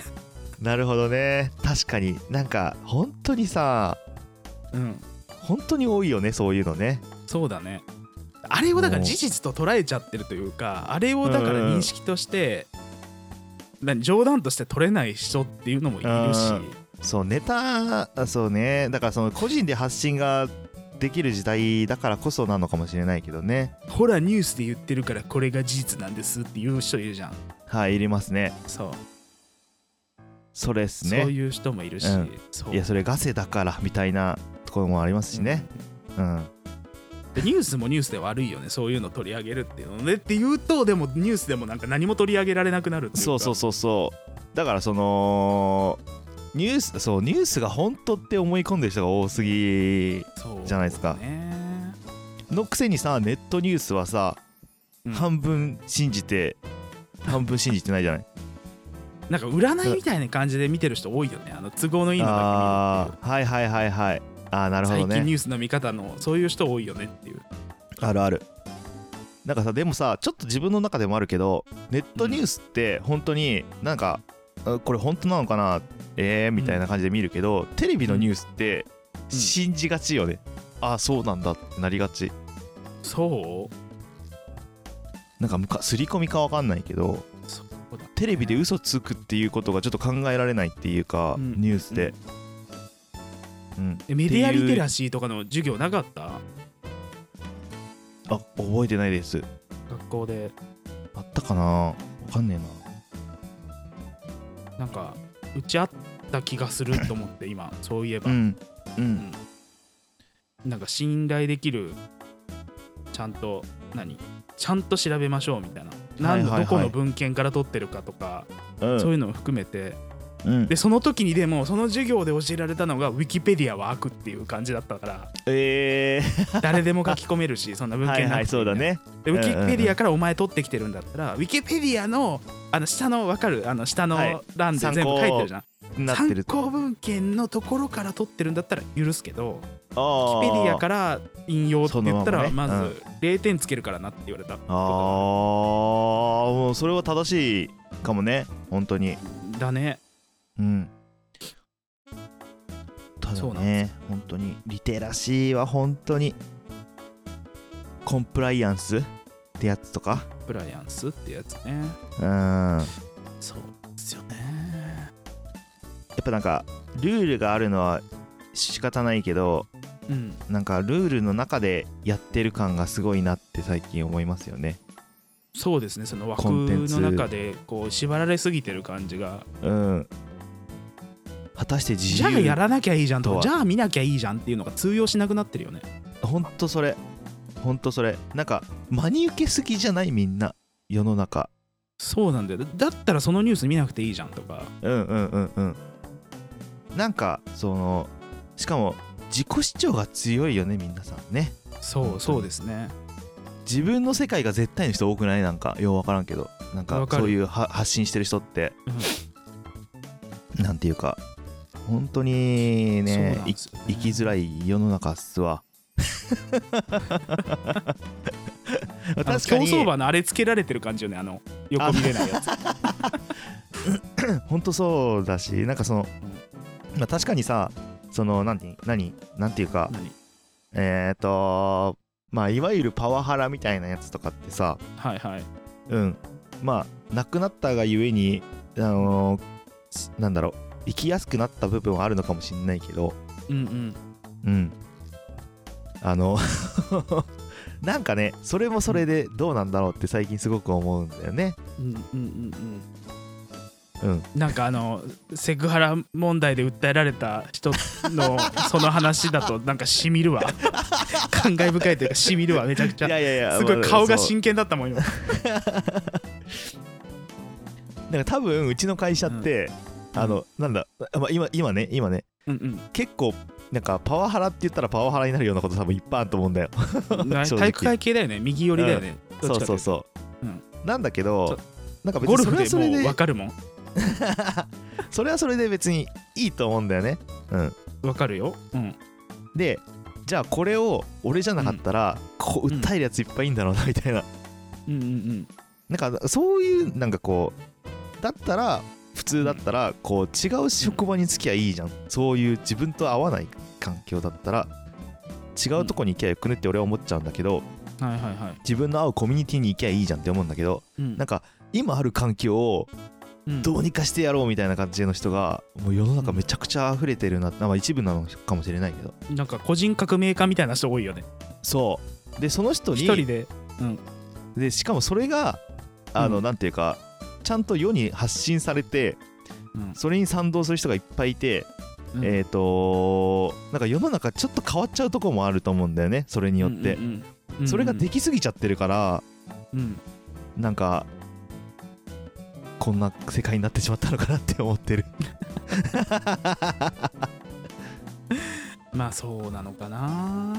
なるほどね確かになんか本当にさうん、本当に多いよねそういうのねそうだねあれをだから事実と捉えちゃってるというかあれをだから認識として、何冗談として取れない人っていうのもいるし、うんそうネタあそうねだからその個人で発信ができる時代だからこそなのかもしれないけどねほらニュースで言ってるからこれが事実なんですっていう人いるじゃんはいいりますねそう、それっすそうねいう人もいるし、うんそういやそれガセだからみたいなところもありますしねうん、でニュースもニュースで悪いよねそういうの取り上げるっていうのでっていうとでもニュースでもなんか何も取り上げられなくなるっていうかそうそうそうそうだからそのニュースそうニュースが本当って思い込んでる人が多すぎそうじゃないですかねのくせにさネットニュースはさ、うん半分信じて半分信じてないじゃないなんか占いみたいな感じで見てる人多いよねあの都合の いいのだあーはいはいはいはいああなける見る最ほど近ねニュースの見方のそういう人多いよねっていうあるあるなんかさでもさちょっと自分の中でもあるけどネットニュースって本当になんか、あこれ本当なのかなえー、みたいな感じで見るけど、テレビのニュースってうん信じがちよね、ああそうなんだってなりがちそうなんかむか刷り込みかわかんないけどそうだねテレビで嘘つくっていうことがちょっと考えられないっていうか、うんニュースで、うんでメディアリテラシーとかの授業なかったあ覚えてないです学校であったかなわかんねえなんか打ち合った気がすると思って今そういえば、なうんうんなんか信頼できるちゃんと何ちゃんと調べましょうみたいなはい何はのいはいどこの文献から取ってるかとか、うんそういうのを含めてうんでその時にでもその授業で教えられたのがウィキペディアは悪っていう感じだったかえら誰でも書き込めるしそんなー、文は献いなはくいてそもうだねでウィキペディアからお前取ってきてるんだったら、ウィキペディアのあの下の分かるあの下のはい欄で全部書いてるじゃん、なって参る考文献のところから取ってるんだったら許すけどウィキあペディアらから引用って言ったらそのまままねず0点つけるからなって言われたあーもうそれは正しいかもね本当にだねうんただそうなんでね本当にリテラシーは本当にコンプライアンスってやつとかブライアンスってやつねうんやそうですよねっぱなんかルールがあるのは仕方ないけどうんなんかルールの中でやってる感がすごいなって最近思いますよねそうですねその枠コンテンのツ中でこう縛られすぎてる感じがうん果たして自じゃあ由やらなきゃいいじゃんととかはじゃあ見なきゃいいじゃんっていうのが通用しなくなってるよねほんとそれほんとそれなんか真に受けすぎじゃないみんな世の中そうなんだよだったらそのニュース見なくていいじゃんとかうんうんうんうんなんかそのしかも自己主張が強いよねみんなさんね本そ当うにそうですね自分の世界が絶対の人多くないなんかよう分からんけどなわんかかるそういうは発信してる人って、なんていうか本当にそうなねんいですよね生きづらい世の中っす わ確あのか競に走馬のあれつけられてる感じよねあの横見れないやつ本当そうだしなんかその、まあ、確かにさその何何なんていうか何えっ、ー、とまあいわゆるパワハラみたいなやつとかってさはいはいうんまあなくなったがゆえにあのーしなんだろう生きやすくなった部分はあるのかもしれないけどうんうんうんあの なんかねそれもそれでどうなんだろうって最近すごく思うんだよねうんうんうんうんうんなんかあのセクハラ問題で訴えられた人のその話だ となんかしみるわ感慨深いというかしみるわめちゃくちゃいやいやすごい顔がし真剣だったもん今なんか多分うちの会社って、うんあのなんだ、まあ、今今ね今ねうん結構なんかパワハラって言ったらパワハラになるようなこと多分いっぱいあると思うん だよ。 うん、な正直体育会系だよね右寄りだよね、どそっちうかといそうそう。うんなんだけどなんか別ゴにルフそれはでそれもうで分かるもんそれはそれで別にいいと思うんだよね。うん、分かるよ、うん、でじゃあこれを俺じゃなかったら、こう訴えるやついっぱいいんだろうなみたいな、うんうんなんかそういうなんかこうだったら普通だったらこう違う職場につきゃいいじゃんそういう自分と合わない環境だったら違うとこに行きゃよくねって俺は思っちゃうんだけどうんはいはいはい、自分の合うコミュニティに行きゃいいじゃんって思うんだけどうんなんか今ある環境をうんどうにかしてやろうみたいな感じの人がもう世の中めちゃくちゃ溢れてるな、まあ、一部なのかもしれないけどなんか個人革命家みたいな人多いよねそうでその人に一人ででしかもそれがあうの、んなんていうかちゃんと世に発信されてうんそれに賛同する人がいっぱいいて、うんえっ、となんか世の中ちょっと変わっちゃうとこもあると思うんだよねそれによって、うんうんうんそれができすぎちゃってるからうんなんかこんな世界になってしまったのかなって思ってるまあそうなのかな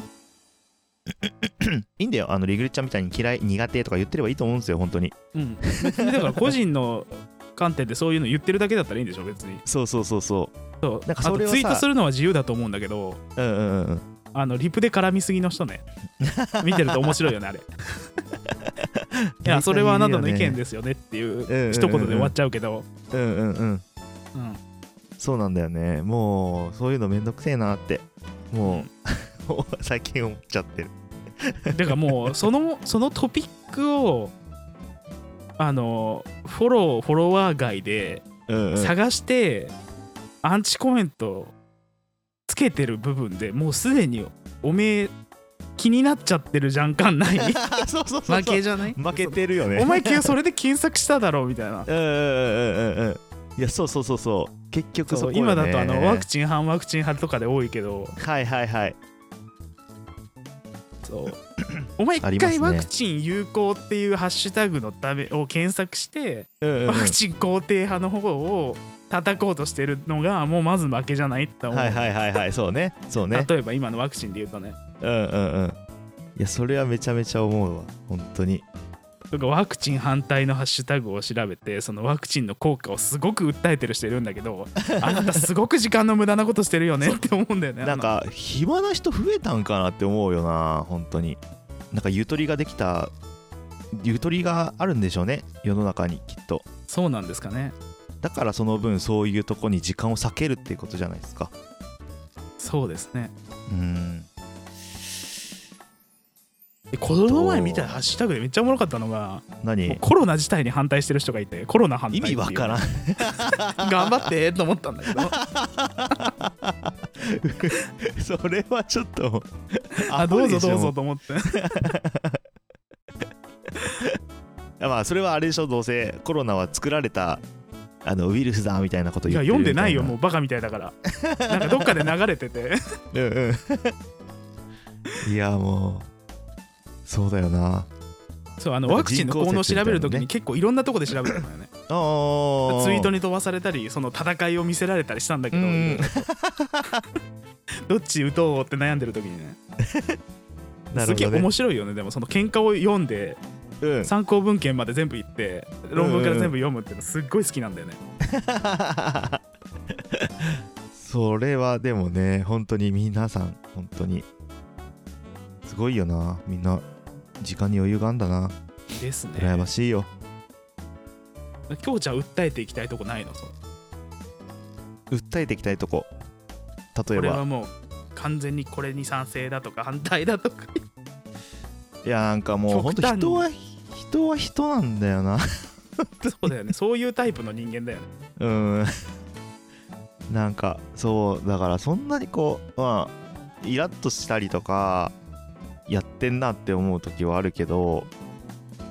いいんだよあのリグレちゃんみたいに嫌い苦手とか言ってればいいと思うんですよ本当にうん別にだから個人の観点でそういうの言ってるだけだったらいいんでしょ別にそうそうそうそそうなんかそれをあとさツイートするのは自由だと思うんだけどううんうんうんあのリプで絡みすぎの人 ね見てると面白いよねあれいやそれはあなたの意見ですよねっていううん一言で終わっちゃうけど、うんうんうんうん、そうなんだよねもうそういうのめんどくせえなってもうもう 最近思っちゃってるだからもうそのそのトピックをあのフォローフォロワー外でうんうん探して、アンチコメントつけてる部分でもうすでにおめえ気になっちゃってるじゃんかんない あそうそうそうそう負けじゃない負けてるよねお前それで検索しただろうみたいなうんうんうんうんうんいやそうそうそうそう結局そそうこよね今だとあのワクチン反ワクチン派とかで多いけどはいはいはいそうお前あ一りま回すねワクチン有効っていうハッシュタグのためを検索して、うんうんうんワクチン肯定派の方を叩こうとしてるのがもうまず負けじゃないって思う、はいはいはいはいそうねそうね例えば今のワクチンで言うとねうんうんうんいやそれはめちゃめちゃ思うわ本当にとかワクチン反対のハッシュタグを調べてそのワクチンの効果をすごく訴えてる人いるんだけ どあなたすごく時間の無駄なことしてるよねって思うんだよねなんか暇な人増えたんかなって思うよな本当になんかゆとりができたゆとりがあるんでしょうね世の中にきっとあのそうなんですかねだからその分そういうとこに時間を避けるっていうことじゃないですかそうですねうんでこの前見たハッシュタグでめっちゃおもろかったのがもう何コロナ自体に反対してる人がいてコロナ反対意ってい味うわからん頑張ってと思ったんだけ どそれはちょっと あどうぞどうぞとと思ってまあそれはあれでしょどうせコロナは作られたあのウイルスだみたいなことい言やって読んでないようもうバカみたいだからなんかどっかで流れててうんうん いやもうそうだよな そうあのなんかワクチンの効能を調べるときに結構いろんなとこで調べたの よねあーツイートに飛ばされたりその戦いを見せられたりしたんだけうど、んどっち打とうって悩んでる時にねなするほげえどね面白いよねでもその喧嘩を読んでうん 参考文献まで全部行って論文から全部読むっていうのすっごい好きなんだよね、それはでもね本当に皆さん本当にすごいよなみんな時間に余裕があんだなですね羨ましいよ今日じゃあ訴えていきたいとこないのそう訴えていきたいとこ例えこれはばもう完全にこれに賛成だとか反対だとかいやなんかもう本極当端に人は人は人なんだよな そうだよねそういうタイプの人間だよねうんなんかそうだからそんなにこうまあイラッとしたりとかやってんなって思う時はあるけど、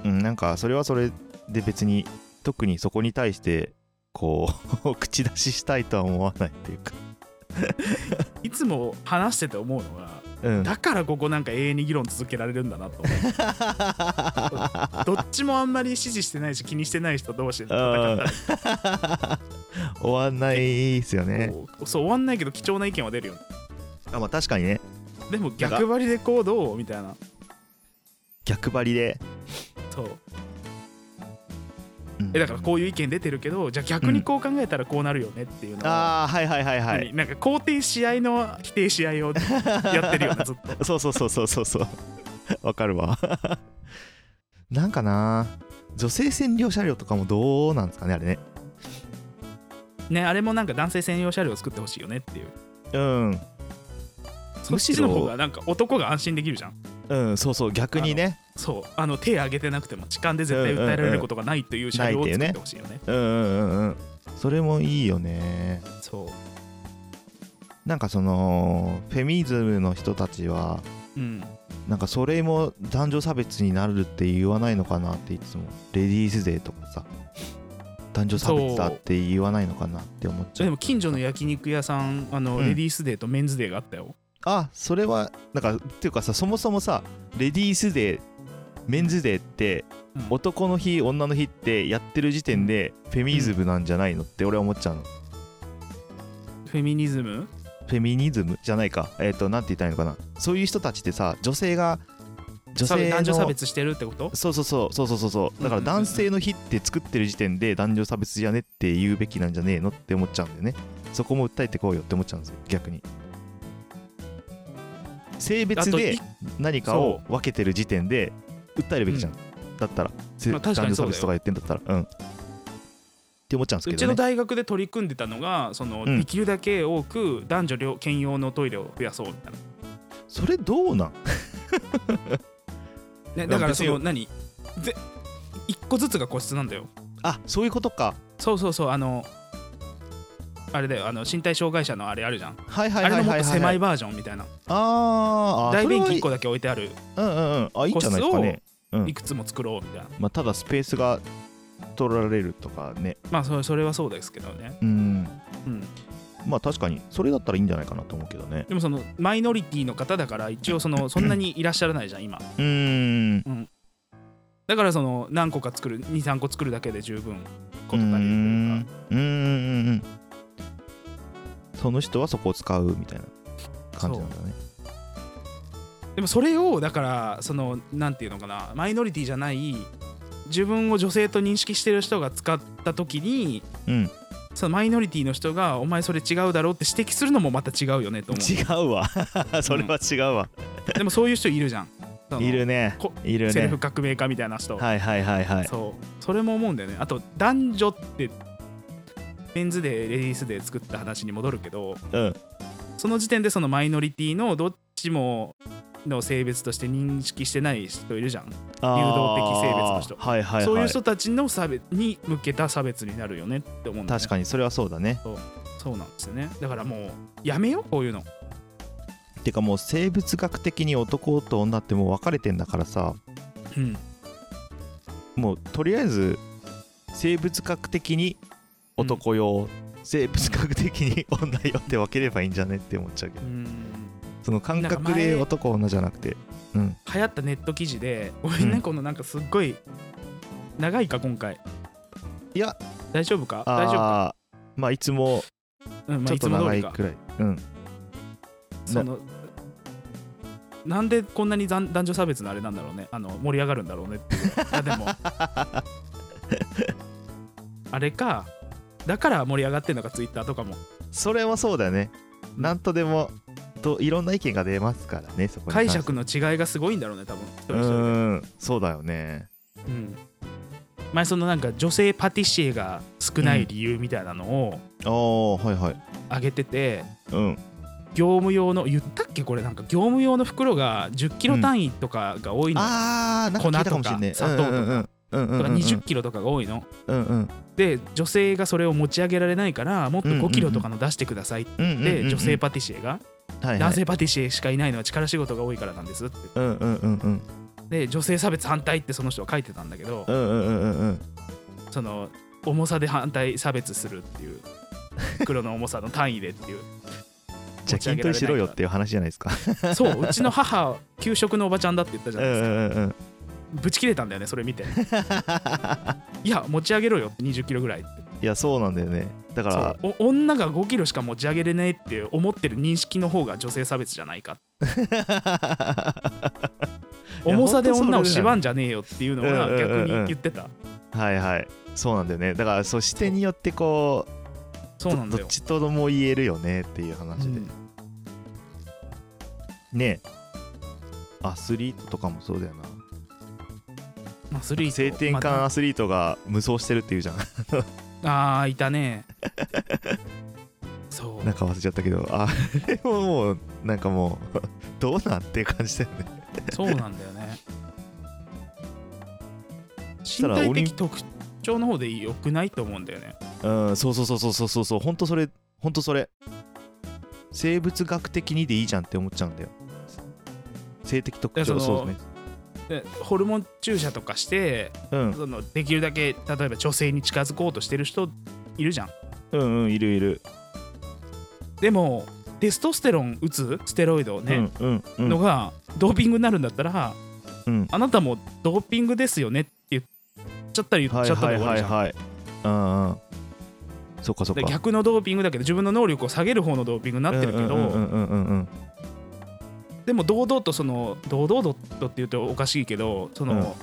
うん、なんかそれはそれで別に特にそこに対してこう 口出ししたいとは思わないっていうかいつも話してて思うのがうんだからここなんか永遠に議論続けられるんだなと思って どっちもあんまり支持してないし気にしてない人同士で戦ったら 終わんないっすよねこうそう終わんないけど貴重な意見は出るよねあまあ確かにねでも逆張りでこうどうみたいな逆張りで、そううんえだからこういう意見出てるけどじゃあ逆にこう考えたらこうなるよねっていうのを、ああはいはいはいはい何なんか肯定し合いの否定し合いをやってるよねずっとそうそうそうそうそう そうわかるわ なんかな女性専用車両とかもどうなんですかねあれねねあれもなんか男性専用車両を作ってほしいよねっていううんそっちの方がなんか男が安心できるじゃんうんそうそう逆にねそうあの手挙げてなくても痴漢で絶対訴えられることがないという車両を作ってほしいよね,、うんうんうんうんそれもいいよねそなんかそのフェミニズムの人たちはううんなんかそれも男女差別になるって言わないのかなっていつもレディースデーとかさ男女差別だって言わないのかなって思っそちれゃでうも近所の焼肉屋さんあの、うんレディースデーとメンズデーがあったよあそれはなんかっていうかさそもそもさレディースデーメンズデーってうん男の日女の日ってやってる時点でフェミニズムなんじゃないのって俺は思っちゃうのフフェミニズムェミニズムじゃないかえっ、となんて言ったらいいのかなそういう人たちってさ女性が女差別性の男女差別してるってことそうそうそうそうそうそうそうだかうんうんうらん男性の日って作ってる時点で男女差別じゃねって言うべきなんじゃねえのって思っちゃうんだよねそこも訴えてこうよって思っちゃうんですよ逆に性別あでと何かを分けてる時点で訴えるべきじゃん、だったら、せまあ男確かに女そうだよ差別とか言ってんだったらうんって思っちゃうんですうけちどのね大学で取り組んでたのがその、うんできるだけ多く男女両兼用のトイレを増やそうみたいな、それどうなんね、だからそ別のに何ぜ一個ずつが個室なんだよあそういうことかそうそうそうあのあれだよあの身体障害者のあれあるじゃん、はいはいはいはい、はい、あれのもっと狭いバージョンみたいなあーあ大便器一1個だけ置いてあるうんうんうんあいいんじゃないですかねうんいくつも作ろうみたいな、まあ、ただスペースが取られるとかねまあそれそれはそうですけどね、うんうん、まあ確かにそれだったらいいんじゃないかなと思うけどねでもそのマイノリティの方だから一応そのそんなにいらっしゃらないじゃん今うーんだからその何個か作る23個作るだけで十分うことん足りるというかうんうんうんその人はそこを使うみたいな感じなんだねでもそれをだからそのなんていうのかなマイノリティじゃない自分を女性と認識してる人が使った時にうんそのマイノリティの人が「お前それ違うだろ」って指摘するのもまた違うよねと思違うわそれは違うわ、うでもそういう人いるじゃんそのいるねこいるセルねフ革命家みたいな人、はいはいはいはいそうそれも思うんだよねあと男女ってメンズデーレディースデー作った話に戻るけどうんその時点でそのマイノリティのどっちもの性別として認識してない人いるじゃん、的性別の人あーはいはいはいそういう人たちの差別に向けた差別になるよねって思うんだよね確かにそれはそうだねそうなんですよねだからもうやめようこういうのてかもう生物学的に男と女ってもう分かれてんだからさうんもうとりあえず生物学的に男用、生物学的に 女用って分ければいいんじゃねって思っちゃうけうどんその感なんか覚前で男女じゃなくてうん流行ったネット記事でごめんね、うんこのなんかすっごい長いか今回いや大丈夫か大丈夫か、あーまあいつもうんまちあ、ょっいつとも通長りいかくらい、うんそのなんでこんなに男男女差別のあれなんだろうねあの盛り上がるんだろうねっていうあで もあれかだから盛り上がってんのかツイッターとかもそれはそうだねなんとでもといろんな意見が出ますからねそこに関解して釈の違いがすごいんだろうね多分一人う一人んそうだよねうん前そのなんか女性パティシエが少ない理由みたいなのをああはいはい挙げてて、うん業務用の言ったっけこれなんか業務用の袋が1 0キロ単位とかが多いの、ああなんか聞いたかもしれない粉とか砂糖とかうんうんうんうんとうかんうん2 0キロとかが多いの、うんうんで女性がそれを持ち上げられないからもっとうんうんうん5キロとかの出してくださいって、うんうんうんうん女性パティシエがはいはい男性パティシエしかいないのは力仕事が多いからなんですってうんうんうんうんで女性差別反対ってその人は書いてたんだけどうんうんうんうんうんその 重さで反対差別するっていう袋の重さの単位でっていうじゃ持あち上げ筋トられないからレしろよっていう話じゃないですかそううちの母給食のおばちゃんだって言ったじうゃんなういですか、んうんぶち切れたんだよねそれ見 ていや持ち上げろよって2 0キロぐらいっていやそうなんだよねだからそうお女が5キロしか持ち上げれねえって思ってる認識の方が女性差別じゃないかいや重さでほんとそれ女だよを縛んじゃねえよっていうのが逆に言ってた、 はいはいそうなんだよねだからそう視点によってこうそうなんどだどっよ、ちとでも言えるよねっていう話で、うんねえアスリートとかもそうだよなアスリート性転換アスリートが無双してるっていうじゃん ああいたねそうなんか忘れちゃったけどあれももうなんかもう どうなんっていう感じだよねそうなんだよ ねた身ら体オリン的特徴の方でよくないと思うんだよねうんそうそうそうそうそうそうそうほんとそれほんとそれ生物学的にでいいじゃんって思っちゃうんだよ性的特い徴やそのそうですねでホルモン注射とかしてうんそのできるだけ例えば女性に近づこうとしてる人いるじゃんうんうんいるいる、でもテストステロン打つステロイドをね、うんうんうのんがドーピングになるんだったらうんあなたもドーピングですよねって言っちゃったり言っはいちゃったはりい終わはるいじゃんはいうんうんそっかそっでか逆のドーピングだけど自分の能力を下げる方のドーピングになってるけど、うんうんうんうんうんでも堂々とその堂々とっていうとおかしいけどその、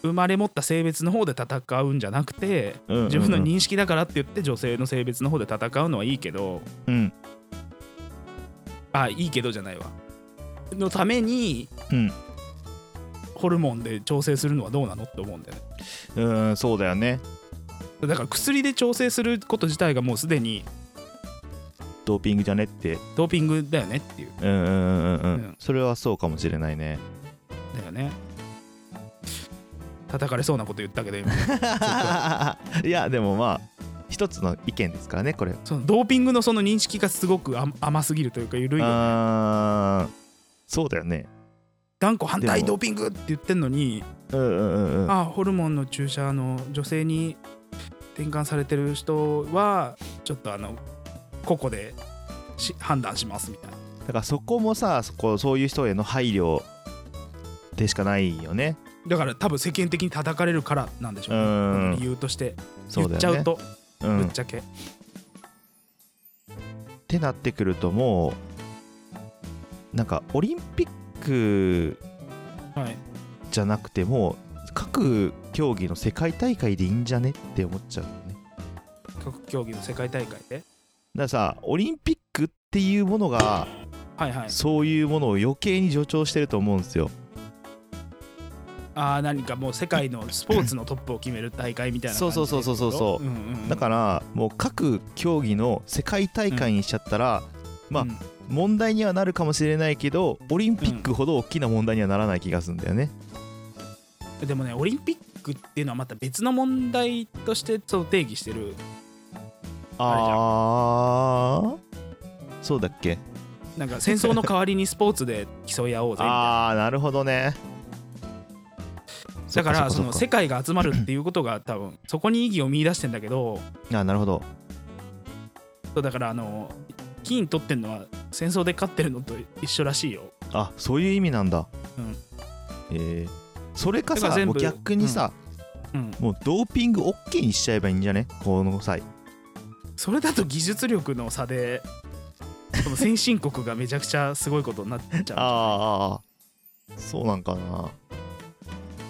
生まれ持った性別の方で戦うんじゃなくてうんうんうん自分の認識だからって言って女性の性別の方で戦うのはいいけどうんあいいけどじゃないわのためにうんホルモンで調整するのはどうなのって思うんだよねうんそうだよねだから薬で調整すること自体がもうすでにドーピングじゃねってドーピングだよねっていううんうんうんうんううんんそれはそうかもしれない ねだよね叩かれそうなこと言ったけど今いやでもまあ一つの意見ですからねこれそのドーピングのその認識がすごく甘甘すぎるというか緩いよねあーそうだよね断固反で対もドーピングって言ってんのに、うんうんうんうんあホルモンの注射の女性に転換されてる人はちょっとあの個々でし判断しますみたいなだからそこもさそこそういう人への配慮でしかないよねだから多分世間的に叩かれるからなんでしょうねうーん理由としてそ言うだっよねちゃうとうぶん、っっちゃけ、てなってくるともうなんかオリンピックはいじゃなくてもう各競技の世界大会でいいんじゃねって思っちゃうよね各競技の世界大会でだからさオリンピックっていうものがはいはいそういうものを余計に助長してると思うんですよああ何かもう世界のスポーツのトップを決める大会みたいなそう感じそうそうそうそうそううんうんうんだからもう各競技の世界大会にしちゃったらまあうん問題にはなるかもしれないけどオリンピックほど大きな問題にはならない気がするんだよねでもねオリンピックっていうのはまた別の問題としてそう定義してるああそうだっけなんか戦争の代わりにスポーツで競い合おうぜみたいなああなるほどねだからそっのっ世界が集まるっていうことが多分そこに意義を見出してんだけどあなるほどそうだからあの金取ってんのは戦争で勝ってるのと一緒らしいよあそういう意味なんだうんえーそれかだかさら全も部う逆にさ、うんもうドーピング OK にしちゃえばいいんじゃねこの際それだと技術力の差でその先進国がめちゃくちゃすごいことになっちゃうああそうなんかな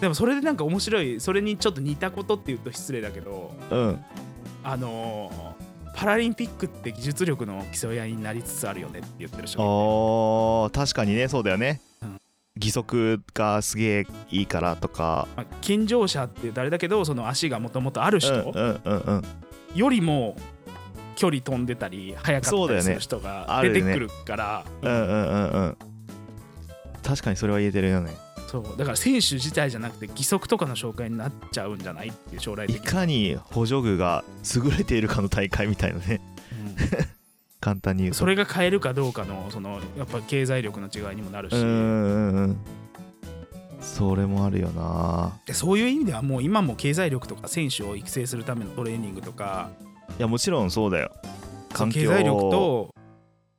でもそれでなんか面白いそれにちょっと似たことっていうと失礼だけどうんあのーパラリンピックって技術力の競い合いになりつつあるよねって言ってる人がいてあー確かにねそうだよね、うん義足がすげえいいからとかまあ、健常者って誰だけどその足がもともとあるうん人うんうんうんよりも距離飛んでたり速かそうっただよりねする人がある出よてねくるからうんうんうんうん確かにそれは言えてるよねそうだから選手自体じゃなくて義足とかの紹介になっちゃうんじゃないっていう将来い的に、かに補助具が優れているかの大会みたいなね簡単にう言んうとそれが変えるかどうかのそのやっぱ経済力の違いにもなるし、うんうんうんそれもあるよなでそういう意味ではもう今も経済力とか選手を育成するためのトレーニングとかいやもちろんそうだよ環境経済力と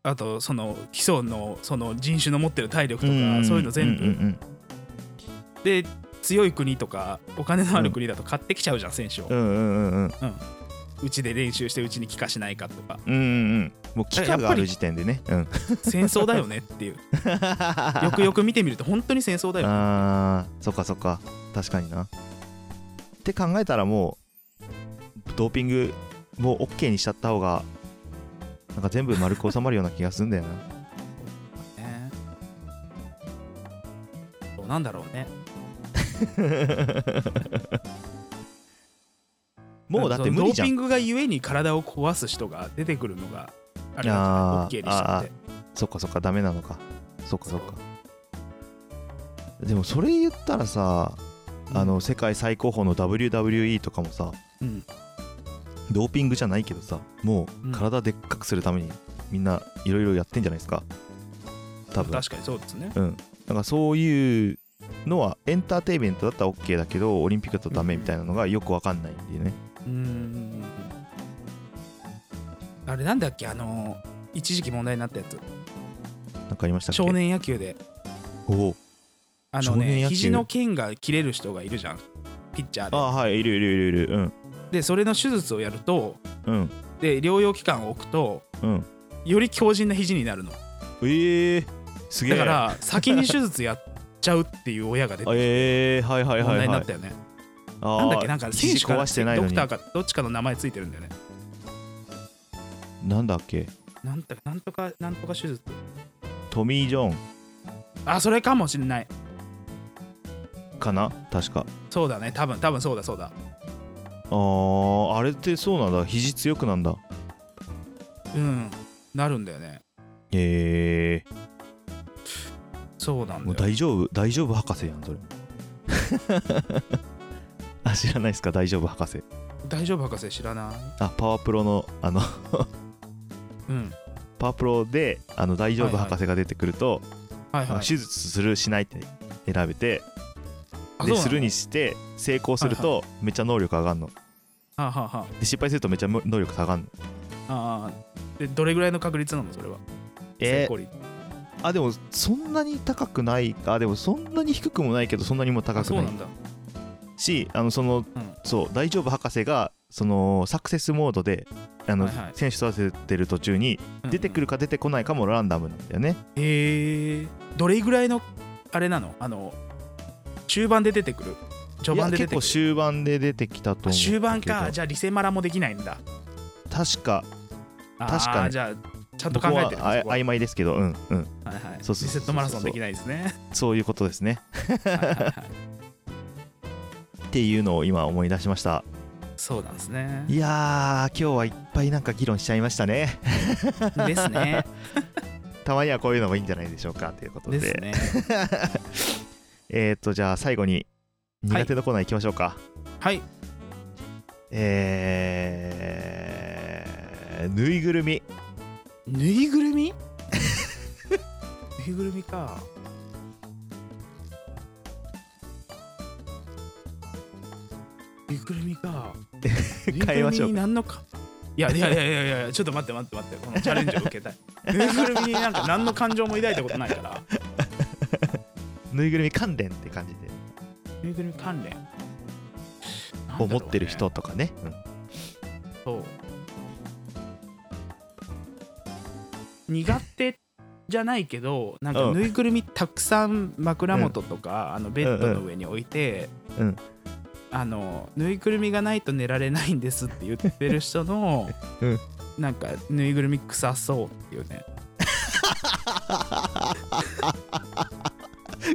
あとその基礎のその人種の持ってる体力とか、んんんそういうの全部、うんうんで強い国とかお金のある国だと買ってきちゃうじゃん選手を、ううんうんうんうんちで練習してうちに帰化しないかとかうんうんうんもう機械がある時点でねうん戦争だよねって いうよくよく見てみると本当に戦争だよねあーそっかそっか確かになって考えたらもうドーピングもう OK にしちゃった方がなんか全部丸く収まるような気がするんだよなねどうなんだろうねもうだって無理じドーゃピンんグがゆえに体を壊す人が出てくるのがあれあだーけど OK にしちゃってそっかそっかダメなのかそっかそっかでもそれ言ったらさあの世界最高峰の WWE とかもさうんドーピングじゃないけどさもううん体でっかくするためにみんないろいろやってんじゃないですか多分確かにそうですねうん、なんかそういうのはエンターテインメントだったら OK だけどオリンピックだとダメみたいなのがよくわかんないんでね。うーんあれなんだっけあのー一時期問題になったやつなんかありましたっけ少年野球でおおあ少の年ね野球肘の腱が切れる人がいるじゃんピッチャーあではいいるいるいるいるうんでそれの手術をやるとうんで療養期間を置くとうんより強靭な肘になるのええすげえだから先に手術やっちゃうっていう親が出てええはいはい問はいは題いになったよねあーなんだっけなんか選手肘か壊してないドのクにターかどっちかの名前ついてるんだよねなんだっけなんだなんとかなんとか手術トミー・ジョあそれかもしれないンかな確かそうだね多分多分そうだそうだあーあれってそうなんだ肘強くなんだうんなるんだよねええそうなんもうだよ大丈夫大丈夫博士やんそれ あ知らないですか大丈夫博士大丈夫博士知らないあパワープロのあの うんパワープロであの大丈はい夫はい博士が出てくると、はいあのはい手術するしないって選べてあそうなでのするにして成功するとめっちゃ能力上がんのはあはあはで失敗するとめっちゃ能力下がんのあああでどれぐらいの確率なのそれは成えー功率あでもそんなに高くないあでもそんなに低くもないけどそんなにも高あくそうなないんだしあのその、んそう大丈夫博士がそのサクセスモードであの、はいはい選手育ててる途中に出てくるるか出てこないかもランダムなんだよね、へえどれぐらいのあれなのあの中盤で出てくる序盤でい出やて結く構る終盤で出てきたとあ思う終盤けかどじゃあリセマラもできないんだ確かあー確かにじゃあちゃんと僕考えてるんだはあそこは曖昧ですけどうんうんはいはい、リそうそうそうそうセットマラソンできないですね。そういうことですねはいはいはいっていうのを今思い出しましたそうなんですね。いやー今日はいっぱいなんか議論しちゃいましたね ですね。たまにはこういうのもいいんじゃないでしょうかということでですね。えー、っとじゃあ最後に苦手のコーナー行きましょうか、はい。えーぬいぐるみぬいぐるみ ぬいぐるみか。ぬいぐるみ か。変えましぬいぐるみょうに何のか。いやいやいやいやいや、ちょっと待って待って待って、このチャレンジを受けたい。 ぬいぐるみになんか何の感情も抱いたことないから。ぬいぐるみ関連って感じでぬいぐるみ関連。なんだろうね思ってる人とかねうんそう苦手じゃないけどなんかうんぬいぐるみたくさん枕元とか、あのベッドの上に置いて、うんあのぬいぐるみがないと寝られないんですって言ってる人の、 うんなんかぬいぐるみ臭そうっていうね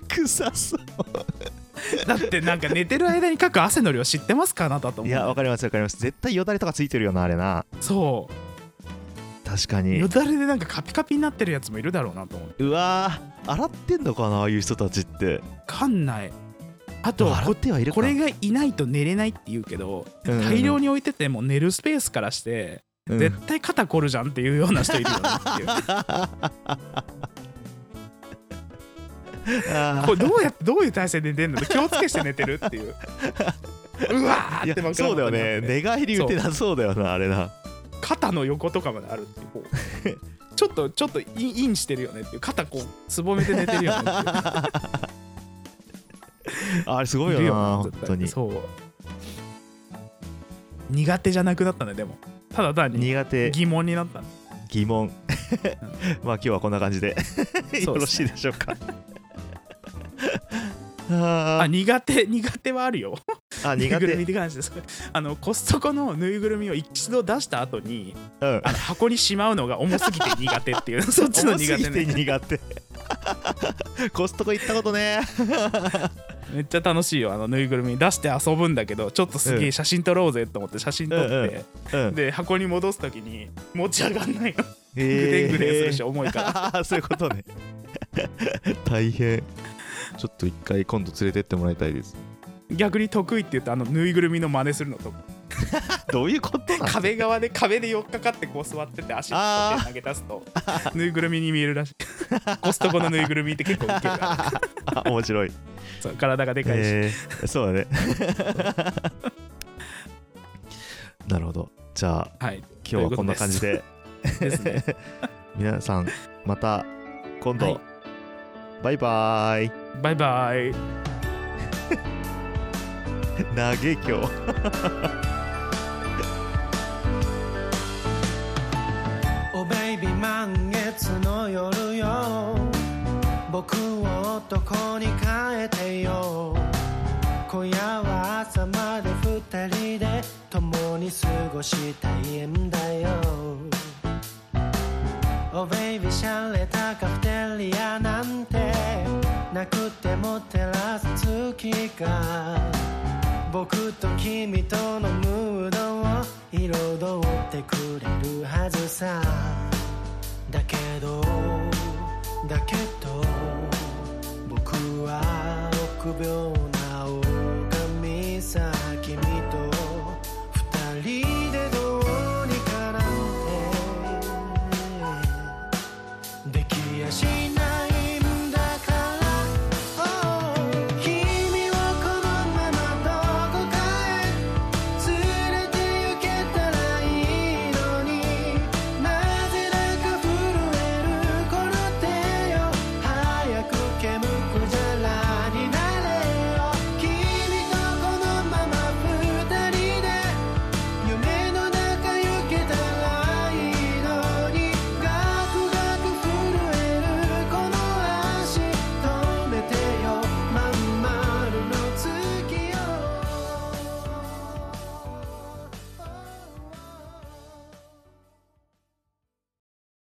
臭そだってなんか寝てる間にかく汗の量知ってますかあなたとう思いうやわかりますわかります絶対よだれとかついてるよなあれなそう確かによだれでなんかカピカピになってるやつもいるだろうなと思ってうわー洗ってんのかなああいう人たちってわかんないあと洗こってはいるかこれがいないと寝れないって言うけどうんうんうん大量に置いてても寝るスペースからしてうん絶対肩凝るじゃんっていうような人いるよね っていうあーこれどうやってどういう体勢で寝てんの気をつけして寝てるっていう うわいーってや枕そうだ元にあよってね寝返り打てなそうだよなあれな 肩の横とかまであるっていうこうちょっとちょっとインインしてるよねっていう肩こうすぼめて寝てるよねっていうあれすごいいよるなよな本絶対当にそう苦手じゃなくなったねでもただ単に苦手疑問になったね 疑問まあ今日はこんな感じでよろしいでしょうかああ苦手苦手はあるよーあぬい苦ぐ手るみに関してそれあのコストコのぬいぐるみを一度出した後にうんあの箱にしまうのが重すぎて苦手 っていうそっちの苦手重すぎねて苦手コストコ行ったことねめっちゃ楽しいよあのぬいぐるみ出して遊ぶんだけどちょっとすげうえん写真撮ろうぜと思って写真撮って、うんうんで箱に戻す時に持ち上がんないのグぐでんぐでんするし重いかららそういうことね大変ちょっと一回今度連れてってもらいたいです逆に得意って言うとあのぬいぐるみの真似するのとどういうことなの壁側で壁で寄っかかってこう座ってて足取って投げ出すとぬいぐるみに見えるらしいコストコのぬいぐるみって結構ウケるからあ面白い、そう体がでかいし、えーそうだね なるほどじゃあはい今日はこんな感じでですね皆さんまた今度、はいバイバーイ バイバイ長え今日おベイビー満月の夜よ僕を男に変えてよ今夜は朝まで二人で共に過ごしたいんだよおベイビーシャレたカフェテリアなんてなくても照らす月が僕と君とのムードを彩ってくれるはずさだけどだけど僕は臆病な狼さ君と二人でどうにかなんてできやしない